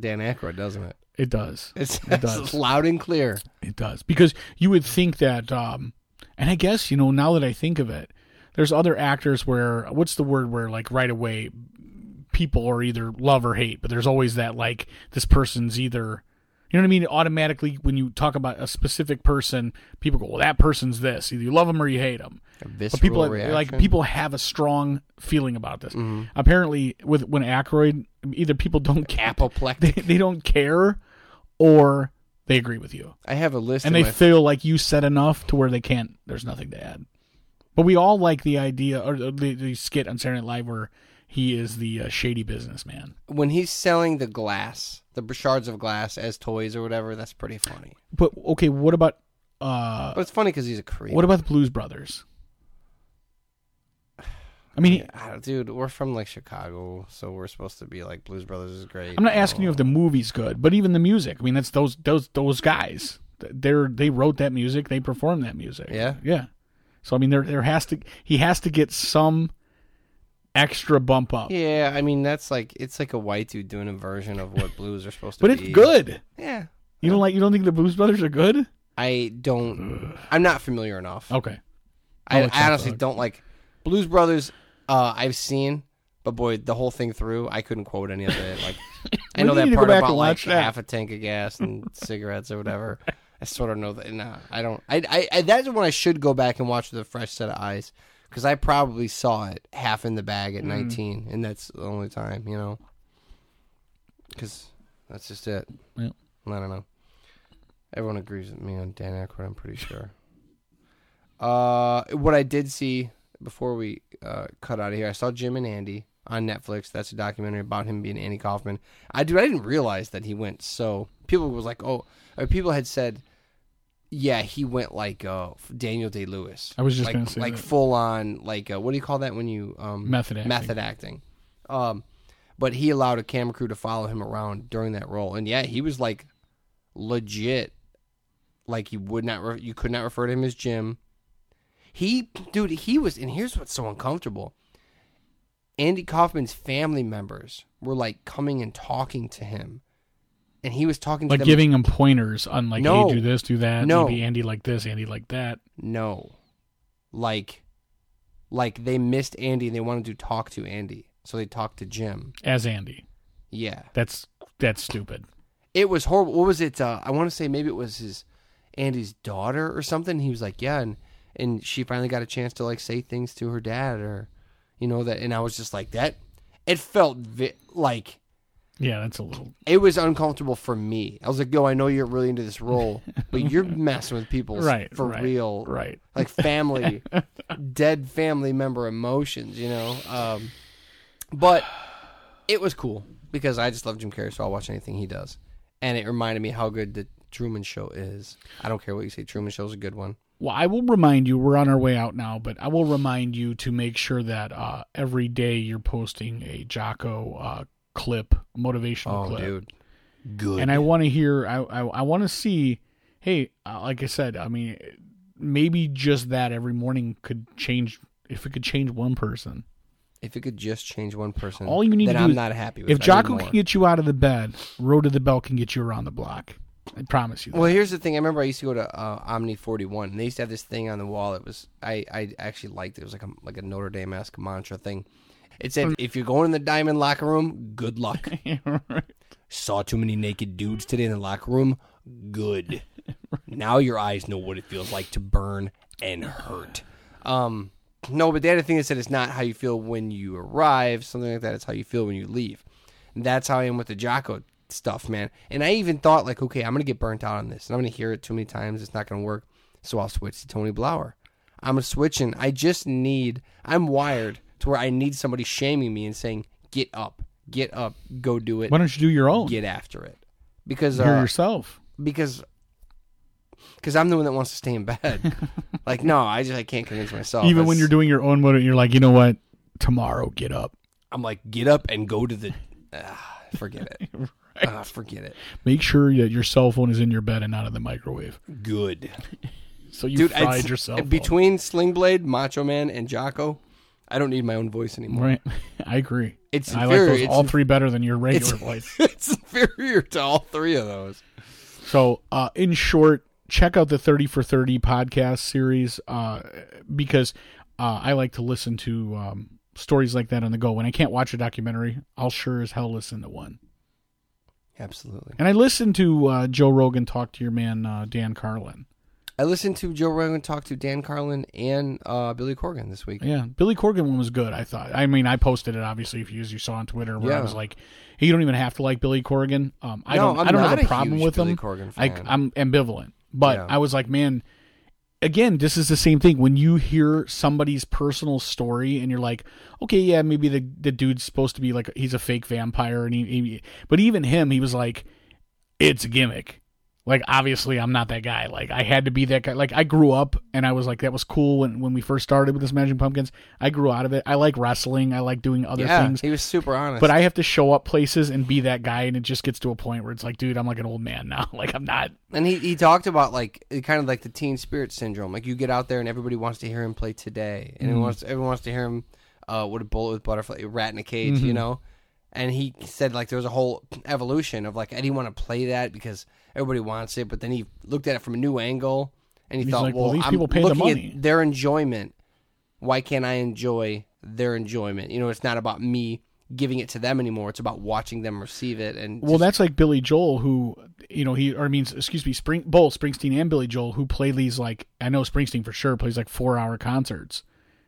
[SPEAKER 4] Dan Aykroyd, doesn't it?
[SPEAKER 7] it does.
[SPEAKER 4] It says
[SPEAKER 7] does.
[SPEAKER 4] loud and clear.
[SPEAKER 7] It does because you would think that, um, and I guess you know now that I think of it, there's other actors where what's the word where like right away people are either love or hate, but there's always that like this person's either You know what I mean? Automatically, when you talk about a specific person, people go, "Well, that person's this. Either you love them or you hate them." But people
[SPEAKER 4] visceral reaction. Mm-hmm.
[SPEAKER 7] like people have a strong feeling about this. Apparently, with when Aykroyd, either people don't care,
[SPEAKER 4] Apoplectic.
[SPEAKER 7] they, they don't care, or they agree with you,
[SPEAKER 4] I have a list.
[SPEAKER 7] and
[SPEAKER 4] in
[SPEAKER 7] they
[SPEAKER 4] my-
[SPEAKER 7] feel like you said enough to where they can't. There's nothing to add. But we all like the idea or the, the skit on Saturday Night Live where he is the uh, shady businessman.
[SPEAKER 4] when he's selling the glass, the shards of glass as toys or whatever. That's pretty funny.
[SPEAKER 7] But okay, what about uh,
[SPEAKER 4] But it's funny because he's a creep.
[SPEAKER 7] What about the Blues Brothers? I mean,
[SPEAKER 4] I don't- dude? We're from like Chicago, so we're supposed to be like Blues Brothers is great.
[SPEAKER 7] I'm not asking you if the movie's good, but even the music. I mean, that's those those those guys. They're they wrote that music. They performed that music.
[SPEAKER 4] Yeah?
[SPEAKER 7] yeah. So I mean, there there has to he has to get some extra bump up.
[SPEAKER 4] Yeah, I mean that's like it's like a white dude doing a version of what blues are supposed to
[SPEAKER 7] But
[SPEAKER 4] be.
[SPEAKER 7] it's good.
[SPEAKER 4] Yeah,
[SPEAKER 7] You don't like you don't think the Blues Brothers are good?
[SPEAKER 4] I don't. I'm not familiar enough.
[SPEAKER 7] Okay.
[SPEAKER 4] I,
[SPEAKER 7] Oh, it's
[SPEAKER 4] I
[SPEAKER 7] not
[SPEAKER 4] honestly
[SPEAKER 7] good.
[SPEAKER 4] don't like Blues Brothers. Uh, I've seen, but boy, the whole thing through, I couldn't quote any of it. Like, I
[SPEAKER 7] Well,
[SPEAKER 4] know
[SPEAKER 7] you
[SPEAKER 4] that
[SPEAKER 7] need to go
[SPEAKER 4] part
[SPEAKER 7] back
[SPEAKER 4] about
[SPEAKER 7] and
[SPEAKER 4] like
[SPEAKER 7] watch that.
[SPEAKER 4] half a tank of gas and cigarettes or whatever. I sort of know that. Nah, I don't. I, I, I that's when I should go back and watch with a fresh set of eyes because I probably saw it half in the bag
[SPEAKER 7] Mm.
[SPEAKER 4] at 19, and that's the only time you know. Because that's just it.
[SPEAKER 7] Yeah.
[SPEAKER 4] I don't know. Everyone agrees with me on Dan Aykroyd. I'm pretty sure. Uh, what I did see before we uh, cut out of here, I saw Jim and Andy on Netflix. That's a documentary about him being Andy Kaufman. I dude, I didn't realize that he went so. People was like, oh, or people had said, yeah, he went like uh, Daniel Day Lewis.
[SPEAKER 7] I was just
[SPEAKER 4] like,
[SPEAKER 7] gonna say
[SPEAKER 4] like
[SPEAKER 7] that.
[SPEAKER 4] full on like uh, what do you call that when you um
[SPEAKER 7] Method acting.
[SPEAKER 4] method acting. Um, but he allowed a camera crew to follow him around during that role, and yeah, he was like legit. Like you would not, re- you could not refer to him as Jim. He, dude, he was, and here's what's so uncomfortable. Andy Kaufman's family members were like coming and talking to him, and he was talking to
[SPEAKER 7] Like
[SPEAKER 4] them.
[SPEAKER 7] giving him pointers on like,
[SPEAKER 4] No.
[SPEAKER 7] hey, do this, do that.
[SPEAKER 4] No.
[SPEAKER 7] Maybe Andy like this, Andy like that.
[SPEAKER 4] no, like, like they missed Andy. and They wanted to talk to Andy, so they talked to Jim.
[SPEAKER 7] As Andy.
[SPEAKER 4] Yeah,
[SPEAKER 7] That's that's stupid.
[SPEAKER 4] it was horrible. What was it? Uh, I want to say maybe it was his Andy's daughter or something. He was like, yeah, and and she finally got a chance to like say things to her dad or, you know that. And I was just like that. It felt vi- like
[SPEAKER 7] Yeah, that's a little
[SPEAKER 4] it was uncomfortable for me. I was like, yo, I know you're really into this role, but you're messing with people's
[SPEAKER 7] right
[SPEAKER 4] for
[SPEAKER 7] right,
[SPEAKER 4] real,
[SPEAKER 7] Right.
[SPEAKER 4] like family, dead family member emotions, you know. Um, but it was cool because I just love Jim Carrey, so I'll watch anything he does. And it reminded me how good the Truman Show is. I don't care what you say, Truman Show's a good one.
[SPEAKER 7] Well, I will remind you, we're on our way out now, but I will remind you to make sure that uh, every day you're posting a Jocko uh, clip, motivational
[SPEAKER 4] Oh,
[SPEAKER 7] clip.
[SPEAKER 4] dude,
[SPEAKER 1] Good.
[SPEAKER 7] And I want to hear, I, I, I want to see, hey, uh, like I said, I mean, maybe just that every morning could change, if it could change one person.
[SPEAKER 4] if it could just change one person,
[SPEAKER 7] All you need
[SPEAKER 4] then
[SPEAKER 7] to do
[SPEAKER 4] I'm
[SPEAKER 7] is-
[SPEAKER 4] not happy with.
[SPEAKER 7] If
[SPEAKER 4] I need
[SPEAKER 7] Jocko
[SPEAKER 4] more.
[SPEAKER 7] can get you out of the bed, Road to the Bell can get you around the block. I promise you that.
[SPEAKER 4] Well, here's the thing. I remember I used to go to uh, Omni 41, and they used to have this thing on the wall. It was I, I actually liked it. It was like a like a Notre Dame esque mantra thing. It said, "If you're going in the diamond locker room, good luck." Saw too many naked dudes today in the locker room. Good. Now your eyes know what it feels like to burn and hurt. Um, no, but the other thing that said it's not how you feel when you arrive, something like that. It's how you feel when you leave. And that's how I am with the Jocko stuff, man. And I even thought like, okay, I'm gonna get burnt out on this, and I'm gonna hear it too many times. It's not gonna work, so I'll switch to Tony Blower. I'm switching. I just need. I'm wired to where I need somebody shaming me and saying, "Get up, get up, go do it."
[SPEAKER 7] Why don't you do your own?
[SPEAKER 4] get after it because
[SPEAKER 7] You're
[SPEAKER 4] uh,
[SPEAKER 7] yourself.
[SPEAKER 4] because because I'm the one that wants to stay in bed. like no, I just I can't convince myself.
[SPEAKER 7] Even when
[SPEAKER 4] It's-
[SPEAKER 7] you're doing your own motive, you're like, you know what? Tomorrow, get up.
[SPEAKER 4] I'm like get up and go to the. Ah, forget it. Ah, forget it,
[SPEAKER 7] Make sure that your cell phone is in your bed and not in the microwave.
[SPEAKER 1] Good.
[SPEAKER 7] So you
[SPEAKER 4] dude. I-
[SPEAKER 7] fried yourself.
[SPEAKER 4] between Sling Blade, Macho Man, and Jocko. I don't need my own voice anymore.
[SPEAKER 7] right? I agree.
[SPEAKER 4] It's
[SPEAKER 7] I like
[SPEAKER 4] inferior.
[SPEAKER 7] those
[SPEAKER 4] It's
[SPEAKER 7] all
[SPEAKER 4] inf-
[SPEAKER 7] three better than your
[SPEAKER 4] It's,
[SPEAKER 7] regular voice.
[SPEAKER 4] it's inferior to all three of those.
[SPEAKER 7] So, uh, in short, check out the Thirty for Thirty podcast series uh, because uh, I like to listen to um, stories like that on the go. When I can't watch a documentary, I'll sure as hell listen to one.
[SPEAKER 4] Absolutely.
[SPEAKER 7] And I listened to uh, Joe Rogan talk to your man uh, Dan Carlin.
[SPEAKER 4] I listened to Joe Rogan talk to Dan Carlin and uh, Billy Corgan this week.
[SPEAKER 7] Yeah, Billy Corgan one was good. I thought. I mean, I posted it obviously if you as you saw on Twitter where I
[SPEAKER 4] Yeah.
[SPEAKER 7] was like, hey, you don't even have to like Billy Corgan. Um, I
[SPEAKER 4] No,
[SPEAKER 7] don't.
[SPEAKER 4] I'm
[SPEAKER 7] I don't
[SPEAKER 4] not
[SPEAKER 7] have a
[SPEAKER 4] a
[SPEAKER 7] problem
[SPEAKER 4] huge
[SPEAKER 7] with
[SPEAKER 4] Billy
[SPEAKER 7] him.
[SPEAKER 4] Corgan
[SPEAKER 7] I,
[SPEAKER 4] fan.
[SPEAKER 7] I'm ambivalent, but
[SPEAKER 4] Yeah.
[SPEAKER 7] I was like, man. Again, this is the same thing. When you hear somebody's personal story, and you're like, okay, yeah, maybe the the dude's supposed to be like he's a fake vampire, and he, he but even him, he was like, it's a gimmick. Like obviously I'm not that guy. Like I had to be that guy. Like I grew up and I was like that was cool when, when we first started with this Imagine Pumpkins. I grew out of it. I like wrestling. I like doing other
[SPEAKER 4] Yeah,
[SPEAKER 7] things.
[SPEAKER 4] he was super honest.
[SPEAKER 7] But I have to show up places and be that guy and it just gets to a point where it's like, dude, I'm like an old man now. Like I'm not
[SPEAKER 4] and he, he talked about like it kind of like the teen spirit syndrome. Like you get out there and everybody wants to hear him play today,
[SPEAKER 7] Mm-hmm.
[SPEAKER 4] and everyone wants everyone wants to hear him uh, with a bullet with butterfly, a rat in a cage,
[SPEAKER 7] Mm-hmm.
[SPEAKER 4] you know. And he said like there was a whole evolution of like I didn't want to play that because everybody wants it, but then he looked at it from a new angle and he
[SPEAKER 7] He's
[SPEAKER 4] thought,
[SPEAKER 7] like,
[SPEAKER 4] well,
[SPEAKER 7] well, these
[SPEAKER 4] I'm
[SPEAKER 7] people pay the
[SPEAKER 4] looking
[SPEAKER 7] money.
[SPEAKER 4] at their enjoyment. Why can't I enjoy their enjoyment? You know, it's not about me giving it to them anymore. It's about watching them receive it and
[SPEAKER 7] Well, that's like Billy Joel, who you know he or I mean, excuse me, Spring both Springsteen and Billy Joel, who play these like I know Springsteen for sure plays like four hour concerts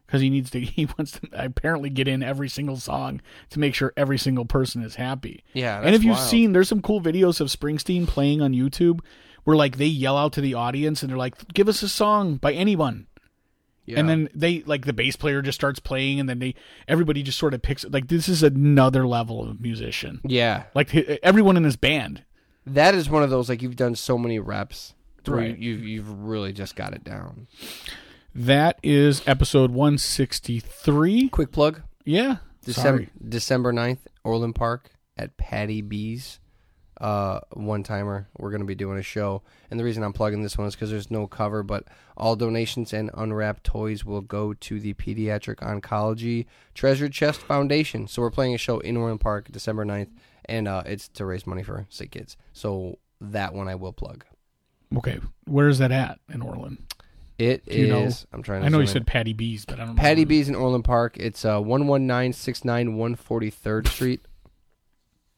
[SPEAKER 7] because he needs to he wants to apparently get in every single song to make sure every single person is happy.
[SPEAKER 4] Yeah,
[SPEAKER 7] and
[SPEAKER 4] that's
[SPEAKER 7] if you've
[SPEAKER 4] wild.
[SPEAKER 7] seen, there's some cool videos of Springsteen playing on YouTube where like they yell out to the audience and they're like, "Give us a song by anyone."
[SPEAKER 4] yeah.
[SPEAKER 7] And then they like the bass player just starts playing, and then they everybody just sort of picks like this is another level of musician.
[SPEAKER 4] yeah.
[SPEAKER 7] Like h- everyone in his band
[SPEAKER 4] That is one of those like you've done so many reps where
[SPEAKER 7] Right.
[SPEAKER 4] you, you've you've really just got it down.
[SPEAKER 7] That is episode 163.
[SPEAKER 4] Quick plug:
[SPEAKER 7] Yeah.
[SPEAKER 4] December
[SPEAKER 7] Sorry.
[SPEAKER 4] December 9th, Orland Park at Patty B's. Uh, one timer. We're gonna be doing a show, and the reason I'm plugging this one is because there's no cover, but all donations and unwrapped toys will go to the Pediatric Oncology Treasure Chest Foundation. So we're playing a show in Orland Park, December 9th, and uh, it's to raise money for sick kids. So that one I will plug.
[SPEAKER 7] Okay. Where is that at in Orland?
[SPEAKER 4] It
[SPEAKER 7] you know-
[SPEAKER 4] is- I'm trying. to
[SPEAKER 7] I know you
[SPEAKER 4] zoom in.
[SPEAKER 7] said Patty B's, but I don't know.
[SPEAKER 4] Patty B's in Orland Park. It's uh, 11969 143rd Street.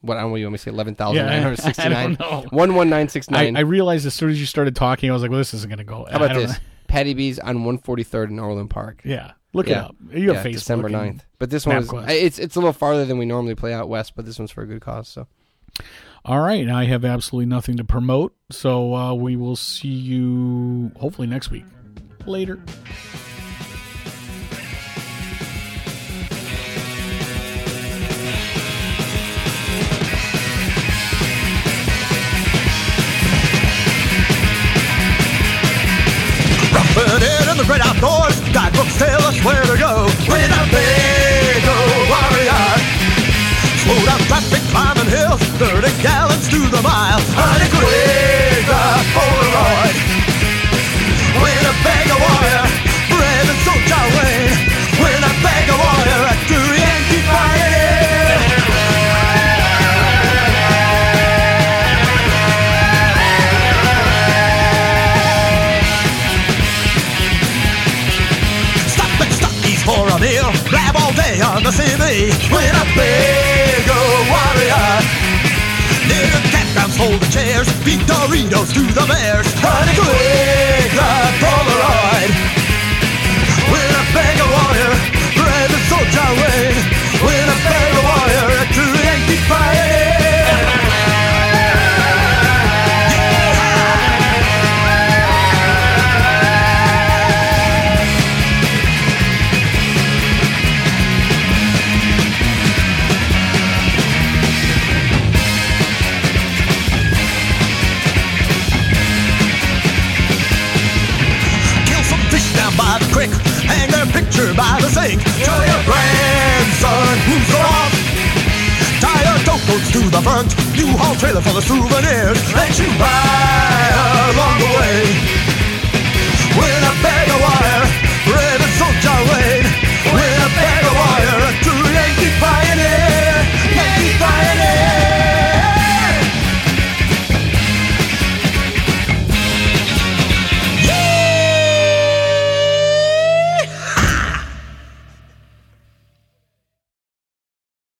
[SPEAKER 4] What I don't know what you want me to say,
[SPEAKER 7] Yeah, I
[SPEAKER 4] 11,969.
[SPEAKER 7] don't know.
[SPEAKER 4] 11969.
[SPEAKER 7] I, I realized as soon as you started talking, I was like, well, this isn't going to go.
[SPEAKER 4] How about this? Patty B's on 143rd in Orland Park.
[SPEAKER 7] Yeah. Look it
[SPEAKER 4] Yeah.
[SPEAKER 7] up. You
[SPEAKER 4] Yeah,
[SPEAKER 7] have Facebook.
[SPEAKER 4] December
[SPEAKER 7] and-
[SPEAKER 4] 9th. But this one is,
[SPEAKER 7] MapQuest.
[SPEAKER 4] I- it's, it's a little farther than we normally play out west, but this one's for a good cause. So
[SPEAKER 7] All right. I have absolutely nothing to promote. So uh, we will see you hopefully next week. Later.
[SPEAKER 3] But it in the great outdoors, guidebooks tell us where to go. When I big old warrior. Slow down traffic, climbing hills, 30 gallons to the mile. Honey, quick, the Polaroid. When I beg a warrior, Brandon Soldier Wayne. When I beg a warrior, I do the Yankee fighting. Stop at Stucky's for a meal. Grab all day on the CV. When a big old warrior. Near the campgrounds, hold the chairs. Beat Doritos to the bears. Honey, quick, the Polaroid. When a big old warrior. Grab the soldier way. When a big old warrior. A true Yankee fire. Kill some fish down by the creek. Hang their picture by the sink. Tell your grandson who's off. Tie your tote coats to the front. New haul trailer for the souvenirs. And you buy